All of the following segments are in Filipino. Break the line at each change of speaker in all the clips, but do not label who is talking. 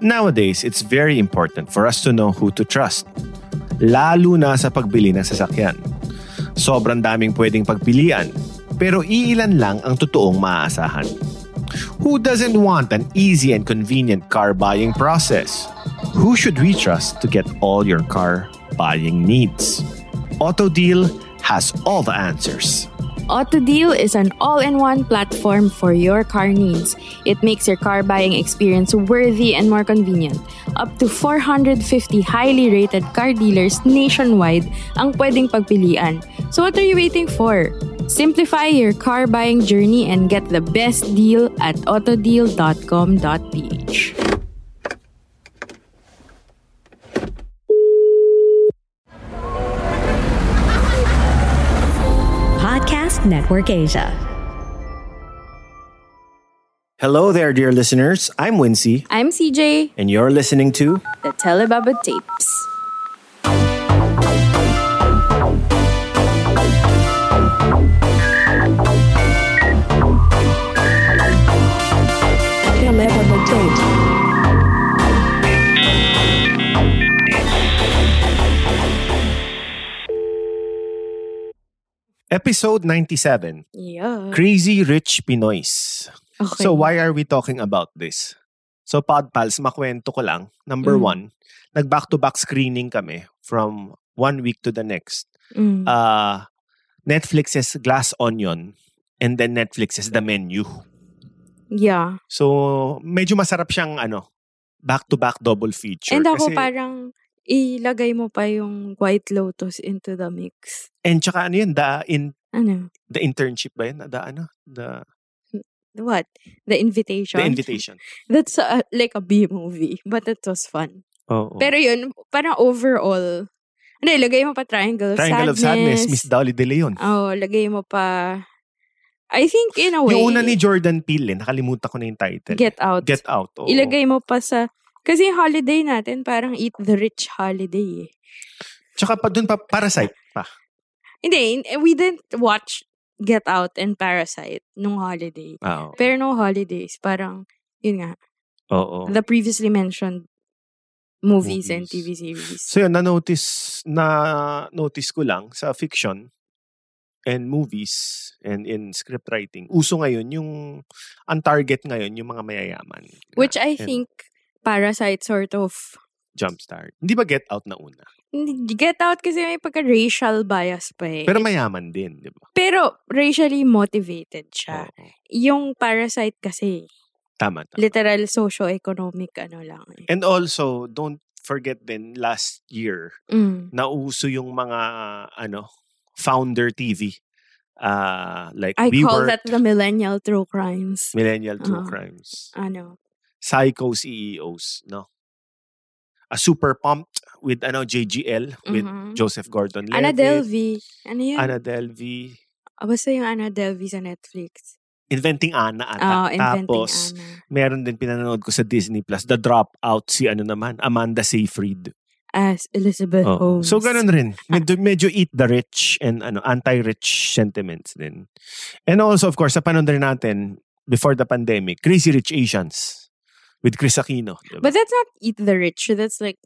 Nowadays, it's very important for us to know who to trust. Lalo na sa pagbili ng sasakyan. Sobrang daming pwedeng pagpilian, pero iilan lang ang totoong maaasahan. Who doesn't want an easy and convenient car buying process? Who should we trust to get all your car buying needs? AutoDeal has all the answers.
AutoDeal is an all in one platform for your car needs. It makes your car buying experience worthy and more convenient. Up to 450 highly rated car dealers nationwide ang pwedeng pagpilian. So, what are you waiting for? Simplify your car buying journey and get the best deal at autodeal.com.ph.
Podcast Network Asia.
Hello there, dear listeners. I'm Wincy,
I'm CJ,
and you're listening to
the Telebaba Tapes.
Episode 97
Yeah.
Crazy Rich Pinoys.
Okay.
So why are we talking about this? So Podpals, makwento ko lang. Number
Mm.
one, nag back-to-back screening kami from one week to the next.
Mm.
Uh, Netflix's Glass Onion and then Netflix's The Menu.
yeah.
So medyo masarap siyang ano, back-to-back double feature.
And ako
Kasi-
parang ilagay mo pa yung White Lotus into the mix.
And tsaka ano yun, the, in,
Ano?
the internship ba yun? The ano? The,
What? The Invitation?
the invitation.
That's uh, like a B-movie. But it was fun.
Oo.
Pero yun, parang overall, ano, ilagay mo pa Triangle of
Triangle of
Sadness.
Sadness, Miss Dolly De Leon.
Oh, lagay mo pa, I think in a way,
Yung una ni Jordan Peele, eh, nakalimutan ko na yung title.
Get Out.
Get Out. oo.
Ilagay mo pa sa, kasi yung holiday natin, parang Eat the Rich holiday eh.
Tsaka pa dun pa, Parasite pa.
Hindi, in- we didn't watch Get Out and Parasite nung holiday.
Oo.
Pero no holidays, parang, yun nga,
Oo.
the previously mentioned movies, and TV
Movies.
series.
So yun, na-notice, na-notice ko lang sa fiction and movies and in script writing, uso ngayon yung, ang target ngayon, yung mga mayayaman.
Which I
And
think, Parasite sort of
Jumpstart. Hindi ba Get Out na una?
Hindi- Get out kasi may pagka-racial bias pa eh.
Pero mayaman din, di ba?
Pero racially motivated siya.
Oo.
Yung parasite kasi,
Tama, tama.
literal socio-economic ano lang eh.
And also, don't forget then last year,
Mm.
nauso yung mga ano founder TV. Uh, like
I
we
call
were
that the millennial true crimes.
millennial true
Uh-huh.
crimes.
Ano?
Psycho CEOs, no. A super pumped with ano JGL with
Mhm.
Joseph Gordon-Levitt.
Ana Delvey. Ano yun?
Ana Delvey.
Ah, Basta yung Ana Delvey sa Netflix.
Inventing Ana
Oh,
ata.
Inventing
Tapos
Ana.
meron din pinanood ko sa Disney Plus, The Dropout si ano naman, Amanda Seyfried.
As Elizabeth
Oo.
Holmes.
Oh, So ganun rin.
Ah.
Medyo, medyo eat the rich and ano anti-rich sentiments din. And also of course, napanood rin natin before the pandemic, Crazy Rich Asians with Chris Aquino. diba?
But that's not eat the rich. That's like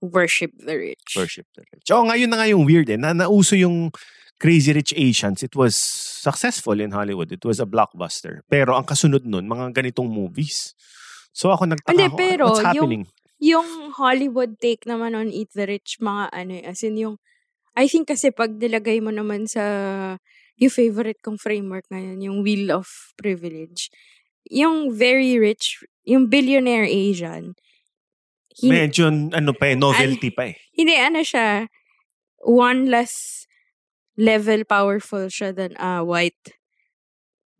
worship the rich.
Worship the rich. Oh, ngayon na nga yung weird eh. Na, nauso yung Crazy Rich Asians. It was successful in Hollywood. It was a blockbuster. Pero ang kasunod nun, mga ganitong movies. So ako nagtaka
Hindi,
ako,
pero
what's
yung-
happening?
Yung Hollywood take naman on Eat the Rich, mga ano eh, as in yung, I think kasi pag nilagay mo naman sa, yung favorite kong framework ngayon, yung Wheel of Privilege, yung very rich, yung billionaire Asian, he,
Medyo ano pa eh, novelty pa eh.
hindi ano siya, one less level powerful siya than a white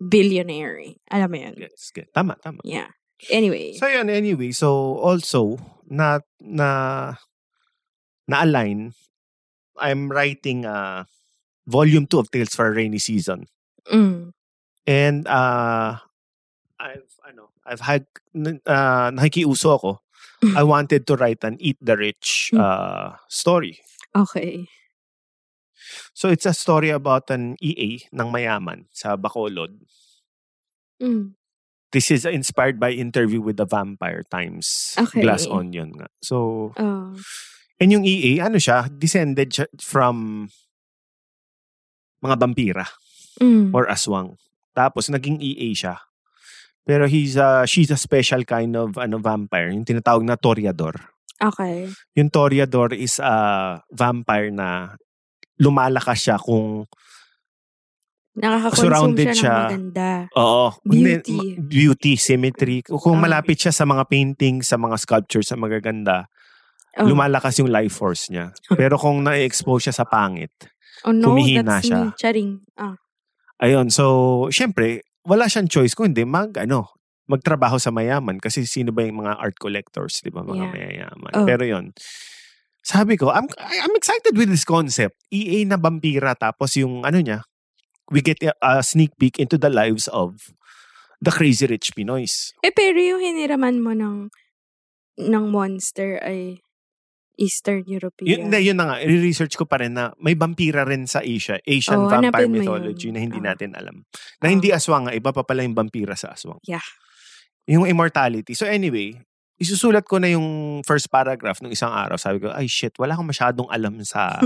billionaire. Alam mo yun?
Yes, get. Tama, tama.
Yeah. Anyway.
So yun, anyway, so also na na na align I'm writing uh volume 2 of Tales for a Rainy Season.
mm,
And uh I've ano, I've had n- uh, nakikiuso ako. I wanted to write an Eat the Rich uh story.
okay.
So it's a story about an EA ng mayaman sa Bacolod.
Mm,
This is inspired by interview with the Vampire Times
Okay.
Glass Onion nga. So
oh,
And yung EA, ano siya, descended siya from mga vampira
mm,
or aswang. Tapos naging EA siya. Pero he's a, she's a special kind of ano vampire, yung tinatawag na Toreador.
okay.
Yung Toreador is a vampire na lumalakas siya kung
Nakakakonsume
Surrounded
siya,
siya.
ng maganda.
oo,
Beauty.
hindi, ma- beauty, symmetry. Kung
Ah.
malapit siya sa mga painting, sa mga sculptures, sa magaganda,
Oh,
lumalakas yung life force niya. Pero kung na-expose siya sa pangit,
oh no,
humihina
that's
siya.
me. Charing. Ah,
Ayun, so syempre, wala siyang choice kung hindi mag ano, magtrabaho sa mayaman kasi sino ba yung mga art collectors, 'di ba, mga
Yeah.
mayayaman.
Oh.
Pero 'yun. Sabi ko, I'm I- I'm excited with this concept. EA na vampira tapos yung ano niya, we get a, a sneak peek into the lives of the crazy rich Pinoys.
Eh, pero yung hiniraman mo ng ng monster ay Eastern European.
Yun, na, yun na nga, research ko pa rin na may vampira rin sa Asia, Asian
Oo,
vampire
Oh, hanapin mo
mythology
yun. Ah.
na hindi
Oo.
natin alam. Na
Oo.
hindi aswang, nga, iba pa pala yung vampira sa aswang.
Yeah.
Yung immortality. So anyway, isusulat ko na yung first paragraph ng isang araw. Sabi ko, ay shit, wala akong masyadong alam sa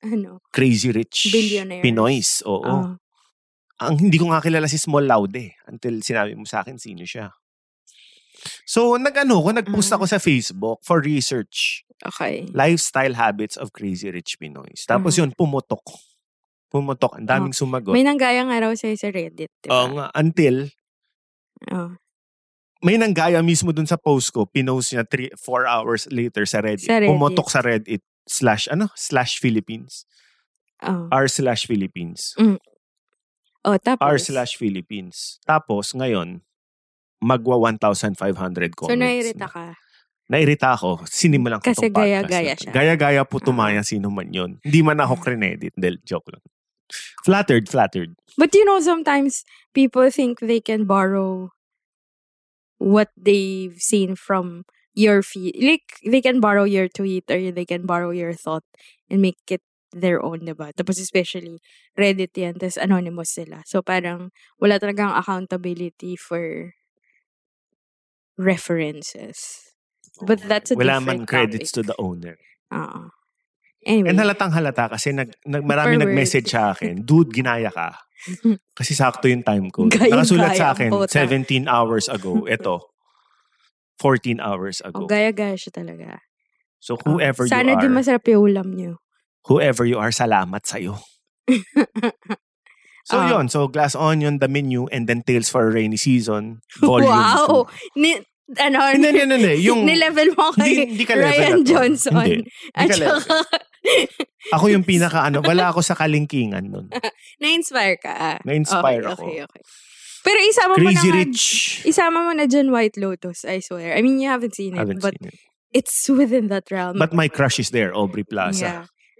ano?
crazy rich
Billionaires.
Pinoys. Oo.
ah,
Ang hindi ko nga kilala si Small Laude until sinabi mo sa akin sino siya. So, nag-ano ko, nag-post
Ah.
ako sa Facebook for research.
okay.
lifestyle habits of crazy rich Pinoys. Tapos
Mhm.
yun, pumutok. Pumutok. Ang daming sumagot.
May nanggaya nga raw sa'yo sa Reddit, di
Oo
ba?
nga, until
Oh,
may nanggaya mismo dun sa post ko, pinost niya 3 4 hours later sa Reddit.
Sa Reddit.
Pumutok sa Reddit slash ano? Slash Philippines.
oh.
R slash Philippines.
Mm, Oh, tapos.
R slash Philippines. Tapos ngayon, magwa 1,500 comments.
So,
na.
nairita ka.
Nairita ako. Sinimulan ko
Kasi
tong podcast na
gaya-gaya
to.
siya. Mm-hmm.
Gaya-gaya po tumaya sino man yun. Hindi man ako credit. Del, joke lang. Flattered, flattered.
But you know, sometimes people think they can borrow what they've seen from your feed. Like, they can borrow your tweet or they can borrow your thought and make it their own, diba? Tapos especially Reddit yan, tapos anonymous sila. So parang wala talagang accountability for references. But that's
eh.
a
Wala man
different Mm.
credits to
topic.
the owner.
Oo. Anyway.
And halatang halata kasi nag, nag, marami
Per
nag-message
word.
sa akin, dude, ginaya ka. Kasi sakto yung time code.
Gaya-gaya,
Nakasulat sa akin,
puta.
17 hours ago. Ito, 14 hours ago.
Oh, gaya-gaya siya talaga.
So whoever you
Sana
are,
din masarap yung ulam niyo.
whoever you are, salamat sa'yo. So
Ah.
yun, so Glass Onion, The Menu, and then Tales for a Rainy Season, Volume
wow!
2.
Ni, ano,
Hindi, hindi, hindi, hindi. Yung,
nilevel mo eh. Ah, kay
hindi, hindi ka level na
Ryan
to.
Johnson.
Hindi.
At
ka level.
saka,
Ako yung pinaka ano, wala ako sa kalingkingan nun.
na-inspire ka. ah.
Na-inspire
okay,
ako.
Okay, okay. Pero isama mo
Crazy
na nga-
Rich.
Isama mo na dyan White Lotus, I swear. I mean, you haven't seen it,
Haven't
but
seen it.
it's within that realm.
But my crush is there, Aubrey
Yeah.
Plaza.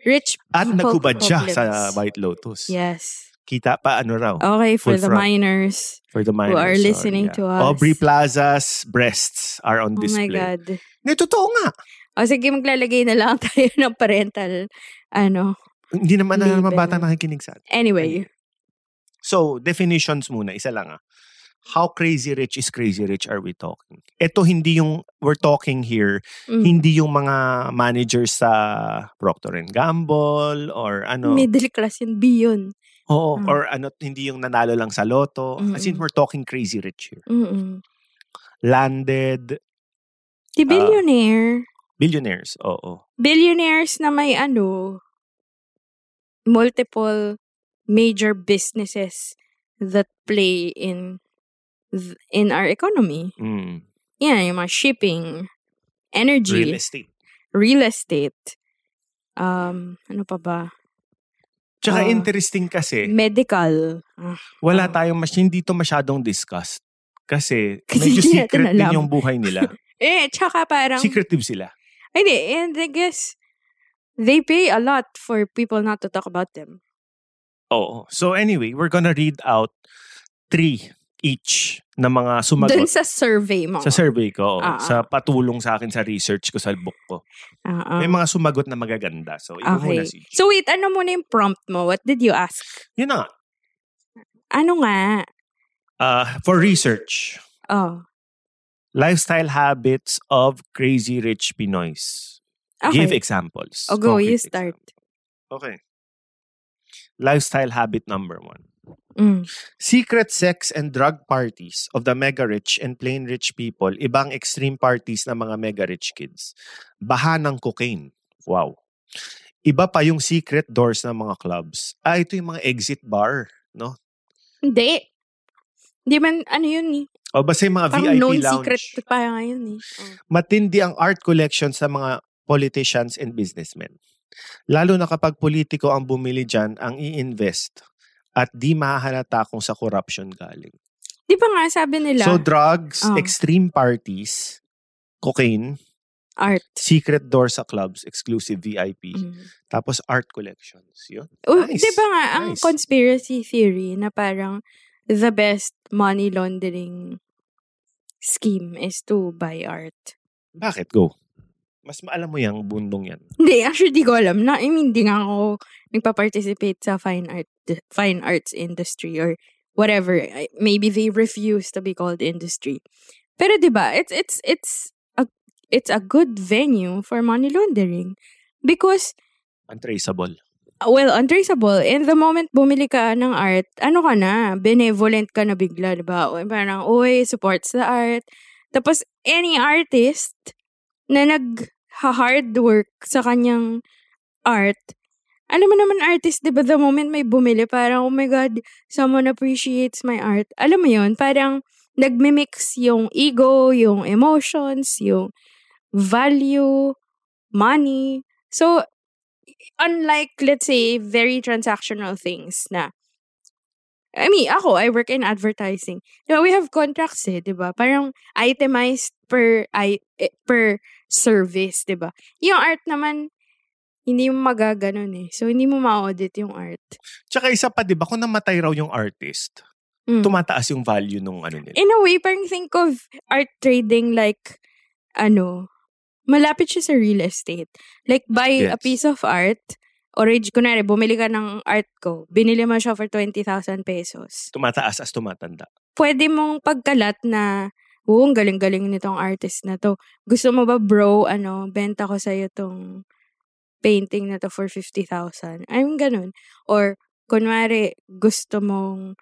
Rich
At
people
nagkubad siya
problems.
sa White Lotus.
Yes.
Kita pa ano raw.
Okay, for
Full
the
front.
minors.
For the minors.
Oh, are
sorry,
listening to us.
Aubrey Plaza's breasts are on
Oh
display.
my God.
Hindi, totoo nga.
O sige, maglalagay na lang tayo ng parental. Ano.
Hindi naman na naman bata
Label.
nakikinig sa atin.
Anyway.
So, definitions muna. Isa lang ah. How crazy rich is crazy rich are we talking? Ito hindi yung, we're talking here,
Mm.
hindi yung mga managers sa Procter and Gamble or ano.
Middle class yun. B yun.
Oo,
Mm.
or ano, hindi yung nanalo lang sa loto. As in,
Mm-mm.
we're talking crazy rich here.
Mm-mm.
Landed,
Di billionaire.
billionaires, oo.
billionaires na may ano, multiple major businesses that play in th- in our economy.
Mm.
Yeah, yung mga shipping, energy,
Real estate.
real estate. Um, ano pa ba?
Tsaka
Oh.
interesting kasi,
Medical. Ah,
wala tayong mas hindi to masyadong discussed. Kasi,
Kasi
medyo
hindi natin
secret din
alam.
yung buhay nila.
Eh, tsaka parang...
Secretive sila.
Ay, di. And I guess, they pay a lot for people not to talk about them.
Oo. So anyway, we're gonna read out three each na mga
Dun
sumagot
sa survey mo.
sa survey ko. oo.
Ah, ah.
Sa patulong sa akin sa research ko sa book ko.
Ah, ah.
May mga sumagot na magaganda. So, ikaw muna si
Okay.
G.
So wait, ano muna yung prompt mo? What did you ask?
Yun na nga.
Ano nga?
Ah, for research,
Oh.
lifestyle habits of crazy rich Pinoys.
Okay.
Give examples.
Oh, go.
Concrete
You start.
examples. Okay. Lifestyle habit number one.
Mm.
Secret sex and drug parties of the mega rich and plain rich people, ibang extreme parties ng mga mega rich kids. Baha ng cocaine. Wow. Iba pa yung secret doors ng mga clubs. Ah, ito yung mga exit bar, no?
Hindi. Hindi man, ano yun eh.
O basta yung mga
Parang
VIP
known
lounge.
secret pa ngayon eh. Oh.
Matindi ang art collection sa mga politicians and businessmen. Lalo na kapag politiko ang bumili dyan, ang i-invest at di mahahalata kung sa corruption galing.
Di ba nga sabi nila,
So drugs,
Oh.
extreme parties, cocaine,
art.
secret door sa clubs, exclusive VIP,
Mm.
tapos art collections. Yun.
Oh,
Nice.
Di ba nga, ang
Nice.
conspiracy theory na parang the best money laundering scheme is to buy art.
Bakit? Go. Mas maalam mo yung bundong yan.
Hindi, actually, di ko alam. Na, I mean, di nga ako nagpa-participate sa fine art fine arts industry or whatever. I- Maybe they refuse to be called industry. Pero di ba, it's, it's, it's, a, it's a good venue for money laundering. Because
Untraceable.
well, untraceable. And the moment bumili ka ng art, ano ka na, benevolent ka na bigla, di ba? O, Parang, uy, supports the art. Tapos, any artist na nag-hard work sa kanyang art, alam mo naman artist, di ba, the moment may bumili, parang, oh my God, someone appreciates my art. Alam mo yon parang nagmimix yung ego, yung emotions, yung value, money. So, unlike, let's say, very transactional things na, I mean, ako, I work in advertising. Diba, we have contracts eh, di ba? Parang itemized per, i- eh, per service, di ba? Yung art naman, hindi mo magaganon eh. So, hindi mo ma-audit yung art.
Tsaka isa pa, di ba, kung namatay raw yung artist,
Mm. Eh
tumataas yung value nung ano nila.
In a way, parang think of art trading like, ano, malapit siya sa real estate. Like, buy a
Yes.
piece of art, or kunwari, bumili ka ng art ko, binili mo siya for 20,000 pesos.
Tumataas as tumatanda.
Pwede mong pagkalat na, oh, ang galing-galing nitong artist na to. Gusto mo ba, bro, ano, benta ko sa'yo tong painting na to for 50,000. I mean, ganun. Or, kunwari, gusto mong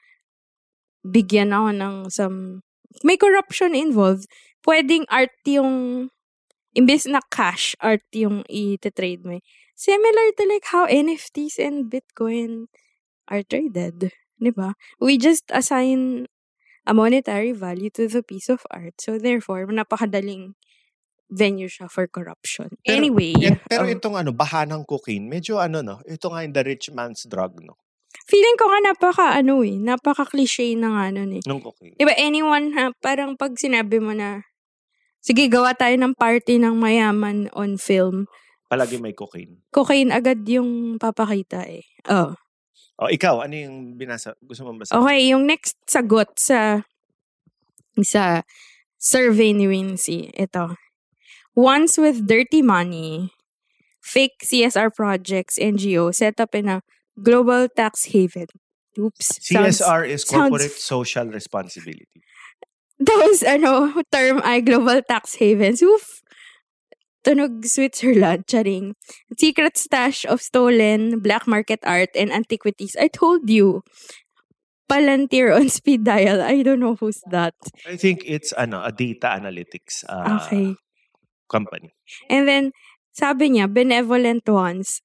bigyan ako ng some, may corruption involved, pwedeng art yung, imbes na cash, art yung i-trade mo. eh. Similar to like how NFTs and Bitcoin are traded. Di ba? We just assign a monetary value to the piece of art. So therefore, napakadaling venue siya for corruption.
Pero-
anyway.
Eh, pero
oh.
itong ano, bahanang cocaine, medyo ano no, ito nga yung the rich man's drug no,
Feeling ko nga napaka ano eh, napaka cliche na nga nun eh.
nung cocaine.
Diba anyone ha, parang pag sinabi mo na, sige gawa tayo ng party ng mayaman on film,
Palagi may cocaine.
cocaine agad yung papakita eh. Oh.
O ikaw, ano yung binasa? Gusto mo basa?
Okay, yung next sagot sa sa survey ni Wincy, ito. Once with dirty money, fake CSR projects NGO set up in a global tax haven. Oops. sounds-
CSR is
sounds-
Corporate Social Responsibility.
Tapos, ano, term ay global tax havens. Oof! Tunog Switzerland, charing. Secret stash of stolen black market art and antiquities. I told you. Palantir on speed dial. I don't know who's that.
I think it's ano, a data analytics uh,
Okay.
company.
And then, sabi niya, benevolent ones.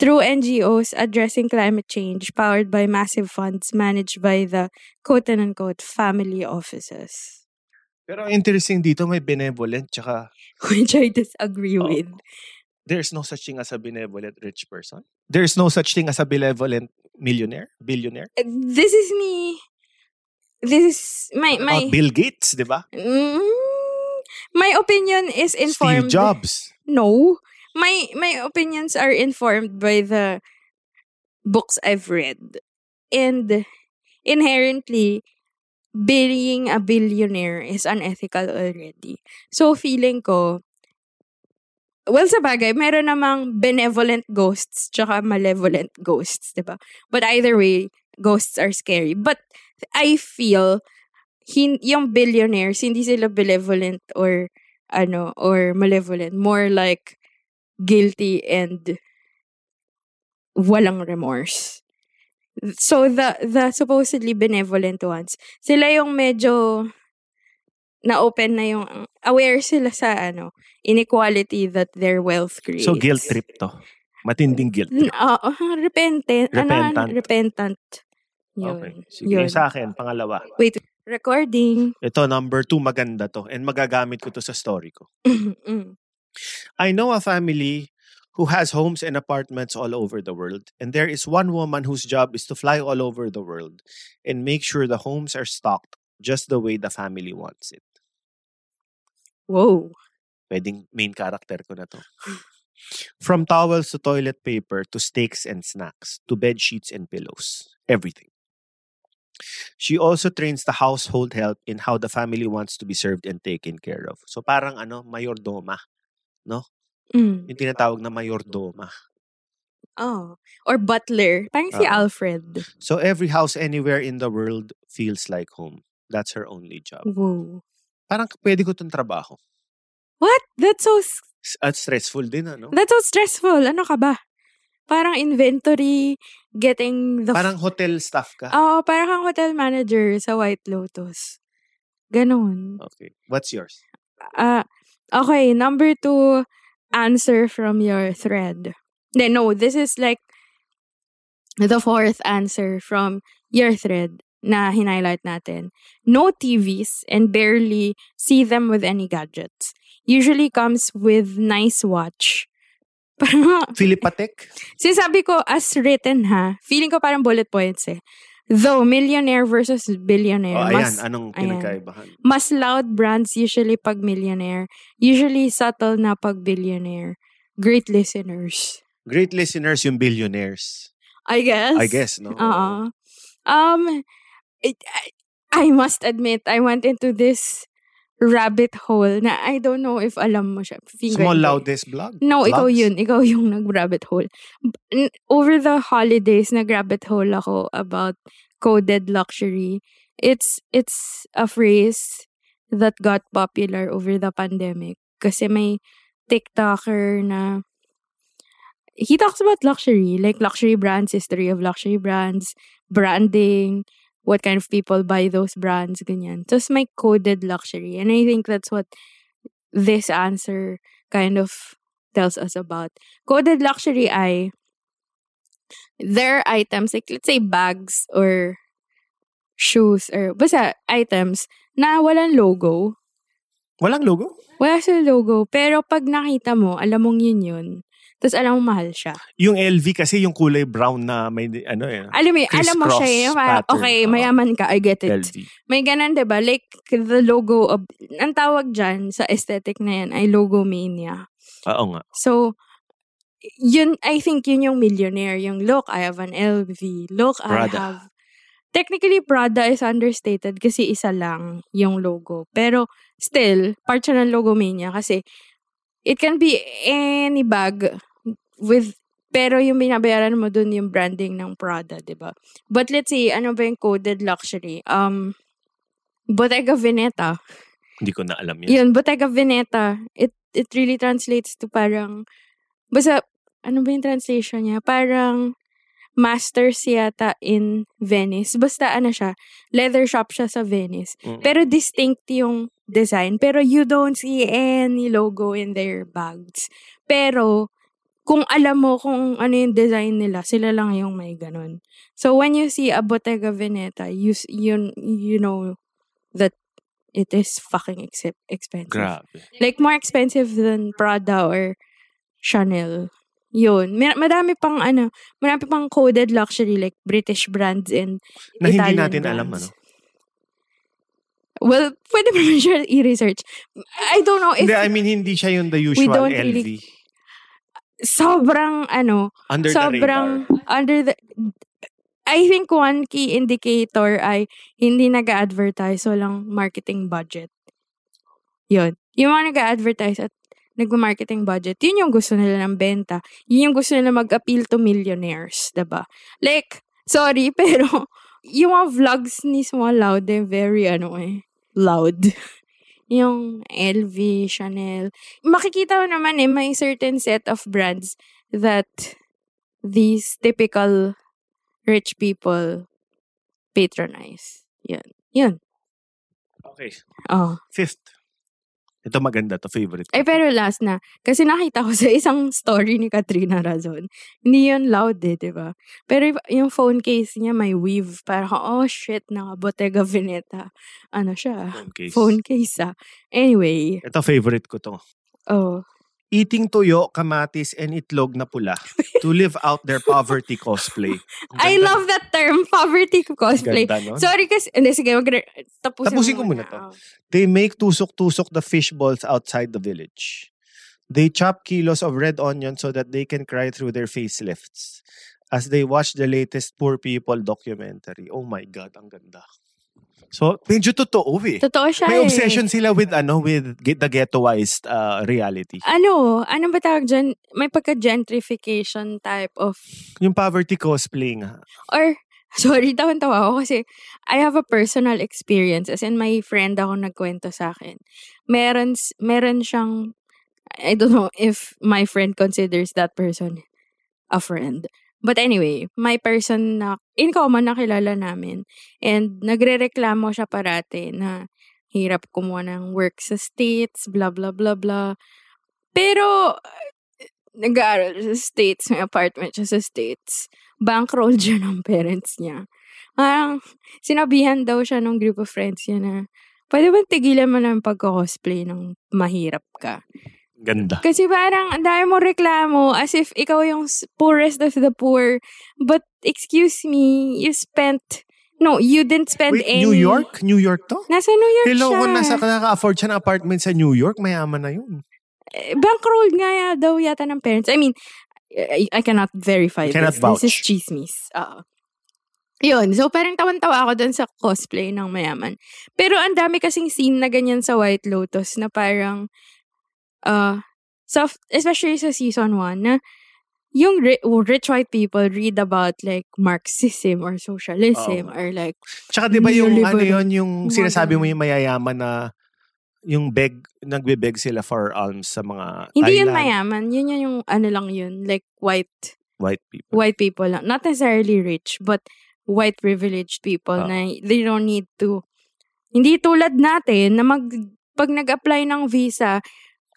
Through NGOs addressing climate change powered by massive funds managed by the quote-unquote family offices.
Pero ang interesting dito, may benevolent tsaka
Which I disagree
Oh.
with.
There's no such thing as a benevolent rich person. There's no such thing as a benevolent millionaire, billionaire.
Uh, This is me. This is my
Uh,
my
Bill Gates, di ba?
Mm, my opinion is
Steve
informed.
Jobs.
No. My my opinions are informed by the books I've read. And inherently being a billionaire is unethical already. So feeling ko Well, sa bagay, meron namang benevolent ghosts tsaka malevolent ghosts, di ba? But either way, ghosts are scary. But I feel hin yung billionaires, hindi sila benevolent or ano, or malevolent. More like guilty and walang remorse. So the the supposedly benevolent ones, sila yung medyo na open na yung aware sila sa ano inequality that their wealth creates.
So guilt trip to. Matinding guilt trip.
N- ah, ah, repentant. Ano, ano,
Repentant.
repentant. Yun.
Okay. Sige,
Yun.
sa akin, pangalawa.
Recording.
Ito, number two, maganda to. And magagamit ko to sa story ko.
Mm.
I know a family who has homes and apartments all over the world, and there is one woman whose job is to fly all over the world and make sure the homes are stocked just the way the family wants it.
Wow.
Pwedeng main character ko na to. From towels to toilet paper to steaks and snacks to bed sheets and pillows, everything. She also trains the household help in how the family wants to be served and taken care of. So parang ano, mayordoma.
Mm.
Yung tinatawag na mayordoma.
Oh. Or butler. Parang si
Oo.
Alfred.
So every house anywhere in the world feels like home. That's her only job.
Wow.
Parang pwede ko itong trabaho.
What? That's so s-
S- At stressful din, ano?
that's so stressful. Ano ka ba? Parang inventory, getting the...
Parang hotel staff ka.
oh, parang kang hotel manager sa White Lotus. Ganon.
Okay. What's yours?
Ah, okay, number two, answer from your thread. Then, no, this is like the fourth answer from your thread na hinighlight natin. No TVs and barely see them with any gadgets. Usually comes with nice watch. Parang-
Filipatek?
Sinasabi ko as written ha, feeling ko parang bullet points eh. Though millionaire versus billionaire.
Oh,
mas-
ayan. Anong
ayan.
pinagkaibahan?
mas loud brands usually pag millionaire. Usually subtle na pag billionaire. Great listeners.
Great listeners yung billionaires.
I guess.
I guess, no?
Uh-uh. Um, it, I, I must admit, I went into this rabbit hole na I don't know if alam mo siya. Feeling ko
Small
hindi.
loudest blog?
No, ikaw
Blogs?
yun. Ikaw yung nag-rabbit hole. B- n- Over the holidays, nag-rabbit hole ako about coded luxury. It's, it's a phrase that got popular over the pandemic. Kasi may TikToker na he talks about luxury, like luxury brands, history of luxury brands, branding, what kind of people buy those brands, ganyan. Tapos may coded luxury. And I think that's what this answer kind of tells us about. Coded luxury ay their items, like let's say bags or shoes or basta items na walang logo.
Walang logo?
Wala sa logo, pero pag nakita mo, alam mong yun yun. Tapos alam mo mahal siya.
Yung LV kasi yung kulay brown na may ano eh.
Alam mo, yun, alam mo siya. eh,
Criss-cross
Yung, parang,
pattern,
okay,
oo.
mayaman ka. I get it.
LV.
May ganun, 'di ba? Like, the logo of... Ang tawag dyan sa aesthetic na yan ay logomania.
Oo nga.
So, yun, I think yun yung millionaire. Yung, look, I have an LV. Look, I
Prada.
have... Technically, Prada is understated kasi isa lang yung logo. Pero, still, part siya ng logomania kasi it can be any bag with... Pero yung binabayaran mo dun yung branding ng Prada, di ba? But let's see, ano ba yung coded luxury? Um, Bottega Veneta.
Hindi ko na alam yun.
Yun, Bottega Veneta. It it really translates to parang basta ano ba yung translation niya? Parang masters yata in Venice. Basta ano siya, leather shop siya sa Venice.
Mm.
Pero distinct yung design. Pero you don't see any logo in their bags. Pero kung alam mo kung ano yung design nila, sila lang yung may ganun. So when you see a Bottega Veneta, you s- you, you know that it is fucking except expensive.
Grabe.
Like more expensive than Prada or Chanel. Yun. Mer- madami pang ano, marami pang coded luxury like British brands and
Na hindi
Italian
natin alam,
brands.
ano?
Well, pwede mo naman siya i-research. I don't know if
Hindi, I mean, hindi siya yung the usual
don't
LV.
really- sobrang ano,
under
sobrang
the radar.
under the I think one key indicator ay hindi nag-advertise, walang marketing budget. Yun. Yung mga nag-advertise at nagma-marketing budget, yun yung gusto nila ng benta. Yun yung gusto nila mag-appeal to millionaires, 'di ba Like, sorry, pero yung mga vlogs ni Small Loud, they're very, ano eh, loud. yung LV, Chanel. Makikita mo naman eh, may certain set of brands that these typical rich people patronize. Yun. Yun.
Okay.
Oh.
Fifth. Ito maganda to, favorite.
Ay, Eh, pero last na. Kasi nakita ko sa isang story ni Katrina Razon. Hindi yun loud eh, di ba? Pero y- yung phone case niya may weave. Parang, oh shit, naka Bottega Veneta. Ano siya?
Phone case.
Phone case ah. Anyway.
Ito, favorite ko to.
Oh.
Eating tuyo, kamatis, and itlog na pula to live out their poverty cosplay. Ang
I
ganda-
love that term, poverty cosplay.
Ganda nun.
Sorry kasi, hindi, sige, wag na- tapusin,
Tapusin ko muna to. They make tusok-tusok the fish balls outside the village. They chop kilos of red onion so that they can cry through their facelifts as they watch the latest Poor People documentary. Oh my God, ang ganda. So, medyo totoo eh.
Totoo siya
May
eh.
obsession sila with ano with ge- the ghettoized uh, reality.
ano, ano ba tawag dyan? May pagka-gentrification type of,
Yung poverty cosplaying. ha.
or, sorry, tawan-tawa ako kasi I have a personal experience. As in, my friend ako nagkwento sa akin. Meron, s- meron siyang, I don't know if my friend considers that person a friend. But anyway, my person na, in common, nakilala namin. And nagre-reklamo siya parate na hirap kumuha ng work sa States, blah, blah, blah, blah. Pero, nag-aaral siya sa States, may apartment siya sa States. Bankroll siya ng parents niya. Parang, sinabihan daw siya ng group of friends niya na, pwede ba tigilan mo ng pagko-cosplay ng mahirap ka?
Ganda.
Kasi parang, ang dami mo reklamo as if ikaw yung s- poorest of the poor. But, excuse me, you spent, no, you didn't spend
Wait,
any.
New York? New York to?
Nasa New York
Hello,
siya.
kung nasa naka-afford siya ng apartment sa New York, mayaman na yun.
Eh, bankrolled nga ya- daw yata ng parents. I mean, I, I cannot verify
You cannot
this. This is
vouch.
chismis. Oo. Yun. So, parang tawan-tawa ako dun sa cosplay ng mayaman. Pero ang dami kasing scene na ganyan sa White Lotus na parang, uh, soft, especially sa season 1, na yung ri- oh, rich white people read about like Marxism or socialism
Oo.
or like,
Tsaka 'di ba yung
Neoliberal.
ano yun, yung
Mga
sinasabi mo
ganun.
yung mayayaman na yung beg nagbe-beg sila for alms sa mga
hindi yun
Thailand,
mayaman. Yun yun yung ano lang yun. Like white
white people.
white people lang. Not necessarily rich, but white privileged people
Ah.
na they don't need to. Hindi tulad natin na mag, pag nag-apply ng visa,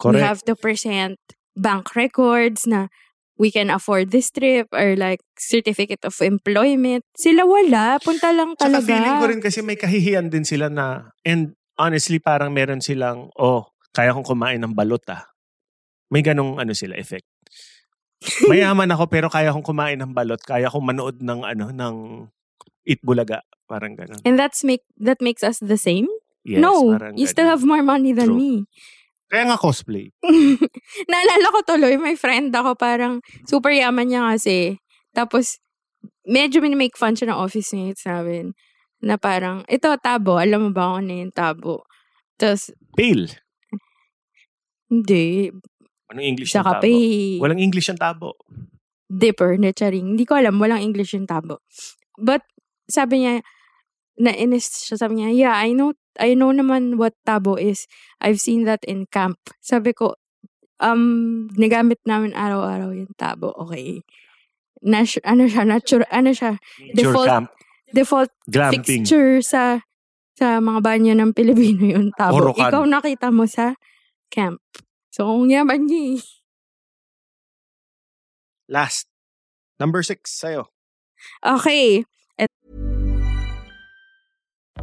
we
Correct.
have to present bank records na we can afford this trip or like certificate of employment. Sila wala. Punta lang
Tsaka
talaga.
feeling ko rin kasi may kahihiyan din sila na and honestly parang meron silang oh, kaya kong kumain ng balot ah. May ganong ano sila effect. Mayaman ako pero kaya kong kumain ng balot, kaya kong manood ng ano ng Itbulaga, parang ganon.
And that's make that makes us the same?
Yes,
no.
parang
You still
ganon.
have more money than
True.
me.
Kaya nga cosplay.
Naalala ko tuloy, may friend ako parang super yaman niya kasi. Tapos, medyo minimake fun siya ng office mates namin. Na parang, ito, tabo. Alam mo ba kung ano yung tabo? Tapos,
Pale.
hindi.
Anong English ng
Saka
tabo?
pa
Walang English ang tabo.
dipper na charing. Hindi ko alam, walang English yung tabo. But, sabi niya, nainis siya, sabi niya, yeah, I know, I know naman what tabo is. I've seen that in camp. Sabi ko, um, nagamit namin araw-araw yung tabo, okay. Nas, ano siya, nature, ano siya, Default-
Nature camp.
default
Glamping.
fixture sa sa mga banyo ng Pilipino yung tabo.
Orokan.
Ikaw nakita mo sa camp. So, kung yaman niya eh.
Last. Number six sa'yo.
Okay.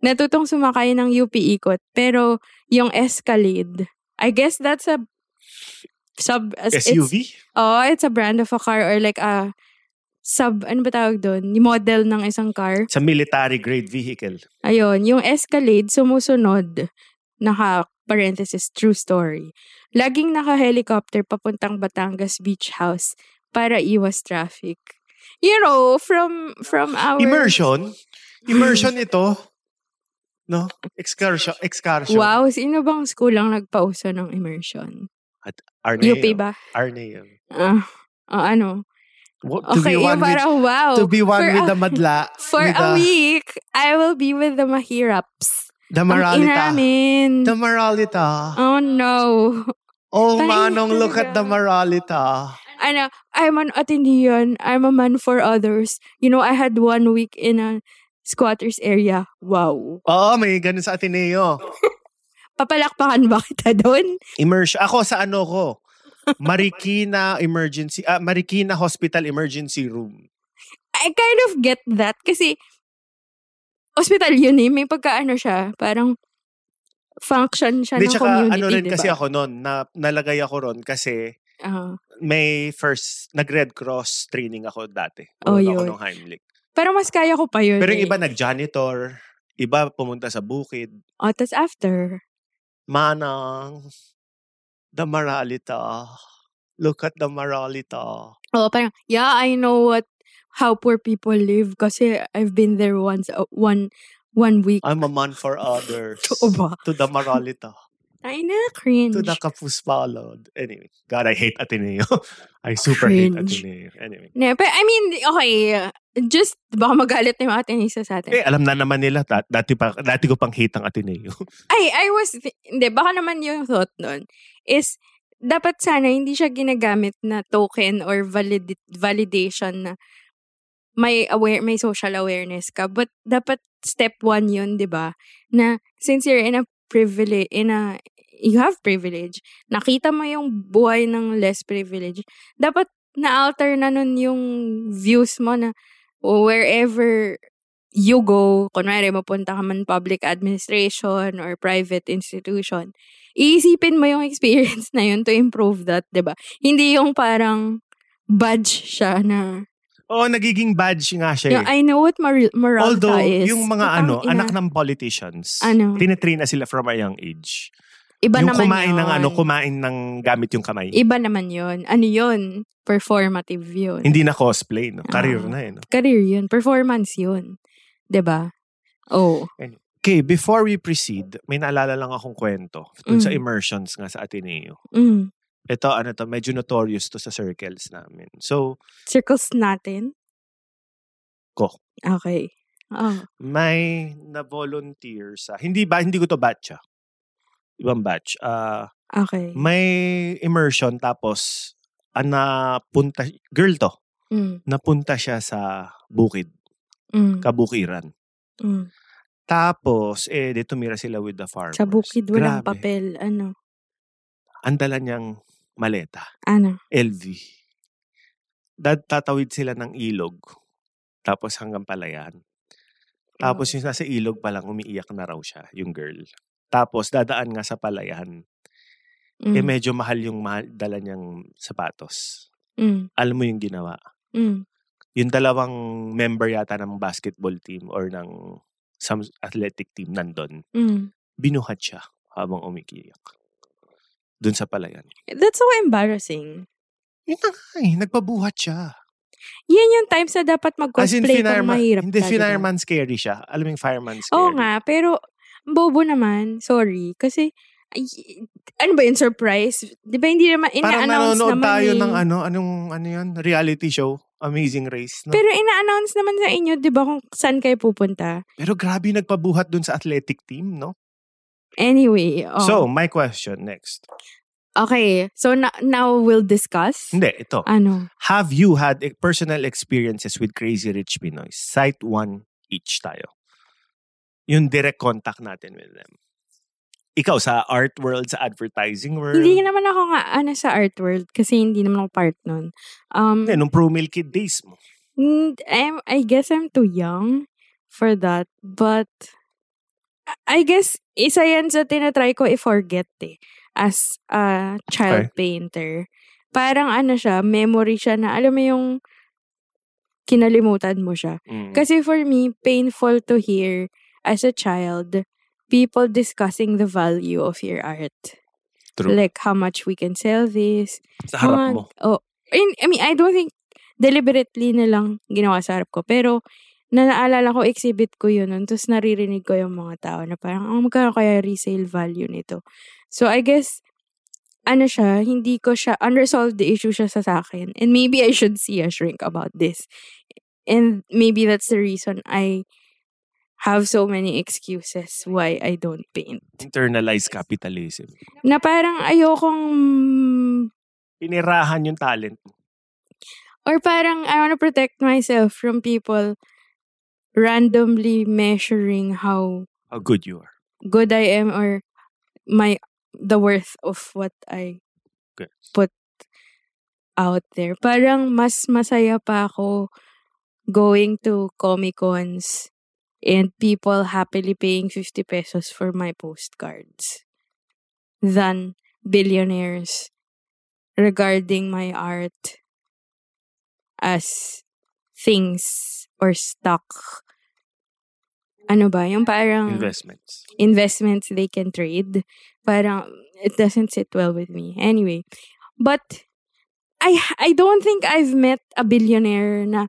Natutong sumakay ng UP ikot. Pero yung Escalade, I guess that's a sub... as- it's-
SUV?
Oo, it's a brand of a car or like a sub... Ano ba tawag doon? Yung Model ng isang car.
It's a military grade vehicle.
Ayun, yung Escalade sumusunod. Naka parenthesis, true story. Laging naka-helicopter papuntang Batangas Beach House para iwas traffic. You know, from from our...
Immersion? Immersion ito? No? Excursion? Excursion?
Wow, sino bang school ang nagpauso ng immersion?
At Arne
UP
yun.
ba?
Arne yun.
Ah, ah, ano?
Wo- to
Okay,
be
yung
one with,
parang wow.
to be one
for
with
a,
the madla.
For
with
a
the,
week, I will be with the mahiraps.
The
Ang ina
Maralita.
namin.
The Maralita.
Oh no.
Oh,
Tayo
manong, look at the
talaga.
Maralita.
ano, I'm an Atendean. I'm a man for others. You know, I had one week in a squatters area. Wow.
Oo, may ganun sa Ateneo.
Papalakpakan ba kita doon?
Immersion. Ako sa ano ko? Marikina Emergency, ah, Marikina Hospital Emergency Room.
I kind of get that kasi hospital yun eh. May pagkaano siya. Parang function siya
Di,
ng
tsaka
community,
ano rin
diba?
kasi ako noon, na, nalagay ako ron kasi
Ah.
may first, nag-Red Cross training ako dati.
Oh,
Pumunta ako
yun.
ng Heimlich.
pero mas kaya ko pa yun
Pero yung
eh.
iba nag-janitor, iba pumunta sa bukid.
Oh, tas after.
Manang, the Maralita. Look at the Maralita.
Oh, parang, yeah, I know what how poor people live kasi I've been there once, uh, one, one week.
I'm a man for others.
Totoo ba?
To the Maralita.
Ay na, cringe.
to the kapuspalod. Anyway, God, I hate Ateneo. I super hate
Oh, Cringe.
Ateneo. Anyway.
Ne, but I mean, okay, just baka magalit na yung ating isa sa atin.
Eh, alam na naman nila, da- dati, pa, dati ko pang hate ang Ateneo.
Ay, I was, thi- hindi, baka naman yung thought nun is, dapat sana hindi siya ginagamit na token or valid, validation na may aware may social awareness ka but dapat step one yun di ba na since you're in a privilege in a you have privilege nakita mo yung buhay ng less privilege dapat na-alter na nun yung views mo na wherever you go, kunwari mapunta ka man public administration or private institution, iisipin mo yung experience na yun to improve that, 'di ba Hindi yung parang badge siya na,
Oo, nagiging badge nga siya
yung,
eh.
I know what Mar- Maralta
Although,
is.
yung mga
Putang
ano,
ina.
anak ng politicians,
Ano?
tinitrain na sila from a young age.
Iba
yung
naman
kumain ng
yun.
ano, kumain ng gamit yung kamay.
Iba naman yun. Ano yun? Performative yun.
Hindi na cosplay, no? Career
Oo.
na eh, no?
Career yun. Performance yun. 'Di ba Oh.
Okay, before we proceed, may naalala lang akong kwento dun sa
Mm.
immersions nga sa Ateneo.
Mm.
Ito, ano to, medyo notorious to sa circles namin. So,
Circles natin.
ko,
Okay. Oh.
may na-volunteer sa, hindi ba, hindi ko to batch ah. Ibang batch. Ah,
Okay.
may immersion tapos ah, napunta, girl to,
Mm.
napunta siya sa bukid,
Mm.
kabukiran.
Mm.
Tapos, eh, di tumira sila with the farmers.
Sa bukid, walang
Grabe.
papel. Ano?
Ang dala niyang maleta,
Ano?
LV. Dad, tatawid sila ng ilog. Tapos hanggang palayan. Tapos yung nasa ilog pa lang, umiiyak na raw siya, yung girl. Tapos dadaan nga sa palayan. Eh
Mm.
medyo mahal yung mahal, dala niyang sapatos.
Mm.
alam mo yung ginawa.
Mm.
Yung dalawang member yata ng basketball team or ng some athletic team nandun,
Mm.
binuhat siya habang umikiyak. Doon sa palayan.
That's so embarrassing.
Yun na nga eh, nagpabuhat siya.
Yan yung times na dapat mag-cosplay kung
fireman-
mahirap
hindi,
talaga.
fireman scary siya. Alam mo yung fireman scary.
Oo nga, pero ang bobo naman. Sorry. Kasi, ay, ano ba yun, surprise? Di ba hindi naman,
Parang
ina-announce
nanonood
naman
tayo
eh.
ng ano, anong, ano yun, reality show, Amazing Race. No? Pero,
Pero ina-announce naman sa inyo, di ba, kung saan kayo pupunta.
grabe nagpabuhat dun sa athletic team, no?
Anyway, oh.
So, my question next.
okay. So, na- now we'll discuss.
Hindi, ito.
Ano?
Have you had e- personal experiences with Crazy Rich Pinoy? Cite one each tayo. Yung direct contact natin with them. Ikaw, sa art world, sa advertising world.
Hindi naman ako nga ano sa art world kasi hindi naman ako part nun. Um,
Hindi, nung pro milk kid days mo.
Mm, I'm, I guess I'm too young for that. But, I- I guess, isa yan sa tinatry ko i-forget eh. As a child painter. Parang ano siya, memory siya na, alam mo yung kinalimutan mo siya.
Mm.
Kasi for me, painful to hear as a child people discussing the value of your art.
True.
Like how much we can sell this,
sa harap
mga-
mo.
Oh, I- I mean, I don't think deliberately na lang ginawa sa harap ko. Pero, na naalala ko, exhibit ko yun nun. Tapos naririnig ko yung mga tao na parang, oh, magkano kaya resale value nito? So, I guess, ano siya, hindi ko siya, unresolved issue siya sa akin. And maybe I should see a shrink about this. And maybe that's the reason I have so many excuses why I don't paint.
Internalized capitalism.
Na parang ayokong
Pinirahan yung talent mo.
Or parang I want to protect myself from people randomly measuring how
How good you are.
good I am or my the worth of what I
Good.
put out there. Parang mas masaya pa ako going to Comic Cons and people happily paying 50 pesos for my postcards than billionaires regarding my art as things or stock. Ano ba? Yung parang
Investments.
investments they can trade. Parang it doesn't sit well with me. Anyway, but I I don't think I've met a billionaire na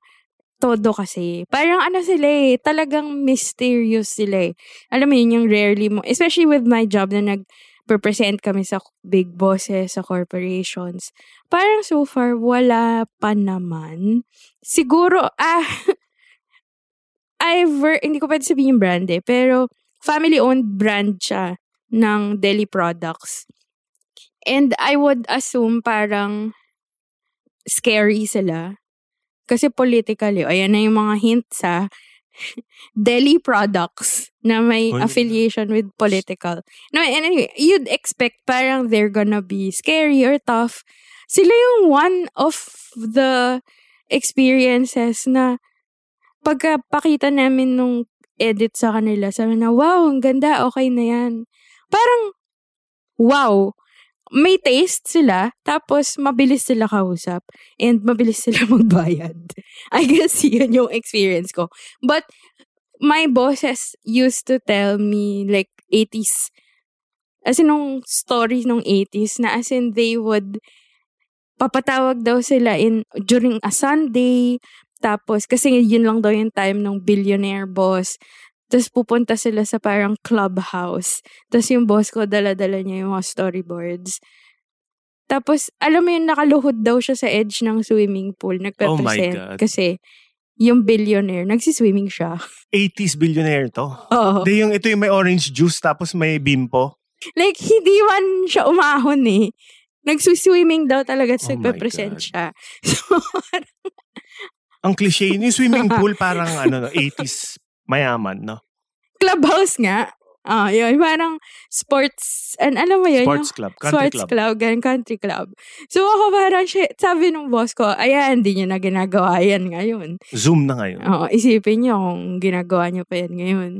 todo kasi. Parang ano sila eh, talagang mysterious sila eh. Alam mo yun, yung rarely mo, especially with my job na nag-represent kami sa big bosses, sa corporations. Parang so far, wala pa naman. Siguro, ah, I've, wor- hindi ko pwede sabihin yung brand eh, pero family-owned brand siya ng deli products. And I would assume parang scary sila. Kasi politically, ayan na yung mga hints sa deli products na may
Oy.
affiliation with political. No, and anyway, you'd expect parang they're gonna be scary or tough. Sila yung one of the experiences na pagkapakita namin nung edit sa kanila, sabi na, wow, ang ganda, okay na yan. Parang, wow, may taste sila, tapos mabilis sila kausap, and mabilis sila magbayad. I guess yun yung experience ko. But, my bosses used to tell me, like, 80s, as in, nung stories nung 80s, na as in, they would, papatawag daw sila in, during a Sunday, tapos, kasi yun lang daw yung time ng billionaire boss. Tapos pupunta sila sa parang clubhouse. Tapos yung boss ko, dala-dala niya yung mga storyboards. Tapos, alam mo yun, nakaluhod daw siya sa edge ng swimming pool.
God.
Nagpe-present. Kasi, yung billionaire, nagsiswimming siya.
80s billionaire to.
Oo.
Hindi, yung ito yung may orange juice tapos may bimpo.
Like, hindi man siya umahon eh. Nagsuswimming daw talaga
Oh
sa
my God.
present siya. So,
Ang cliche yun. Yung swimming pool parang ano, no, 80s mayaman, no?
clubhouse nga. Ah, yun. Parang sports, and alam mo yun,
Sports
yung
club, country
Oh, sports
club.
club, ganun, country club. So ako parang, shit, sabi nung boss ko, ayan, hindi niya na ginagawa yan ngayon.
Zoom na ngayon.
Oo, isipin niyo kung ginagawa niyo pa yan ngayon.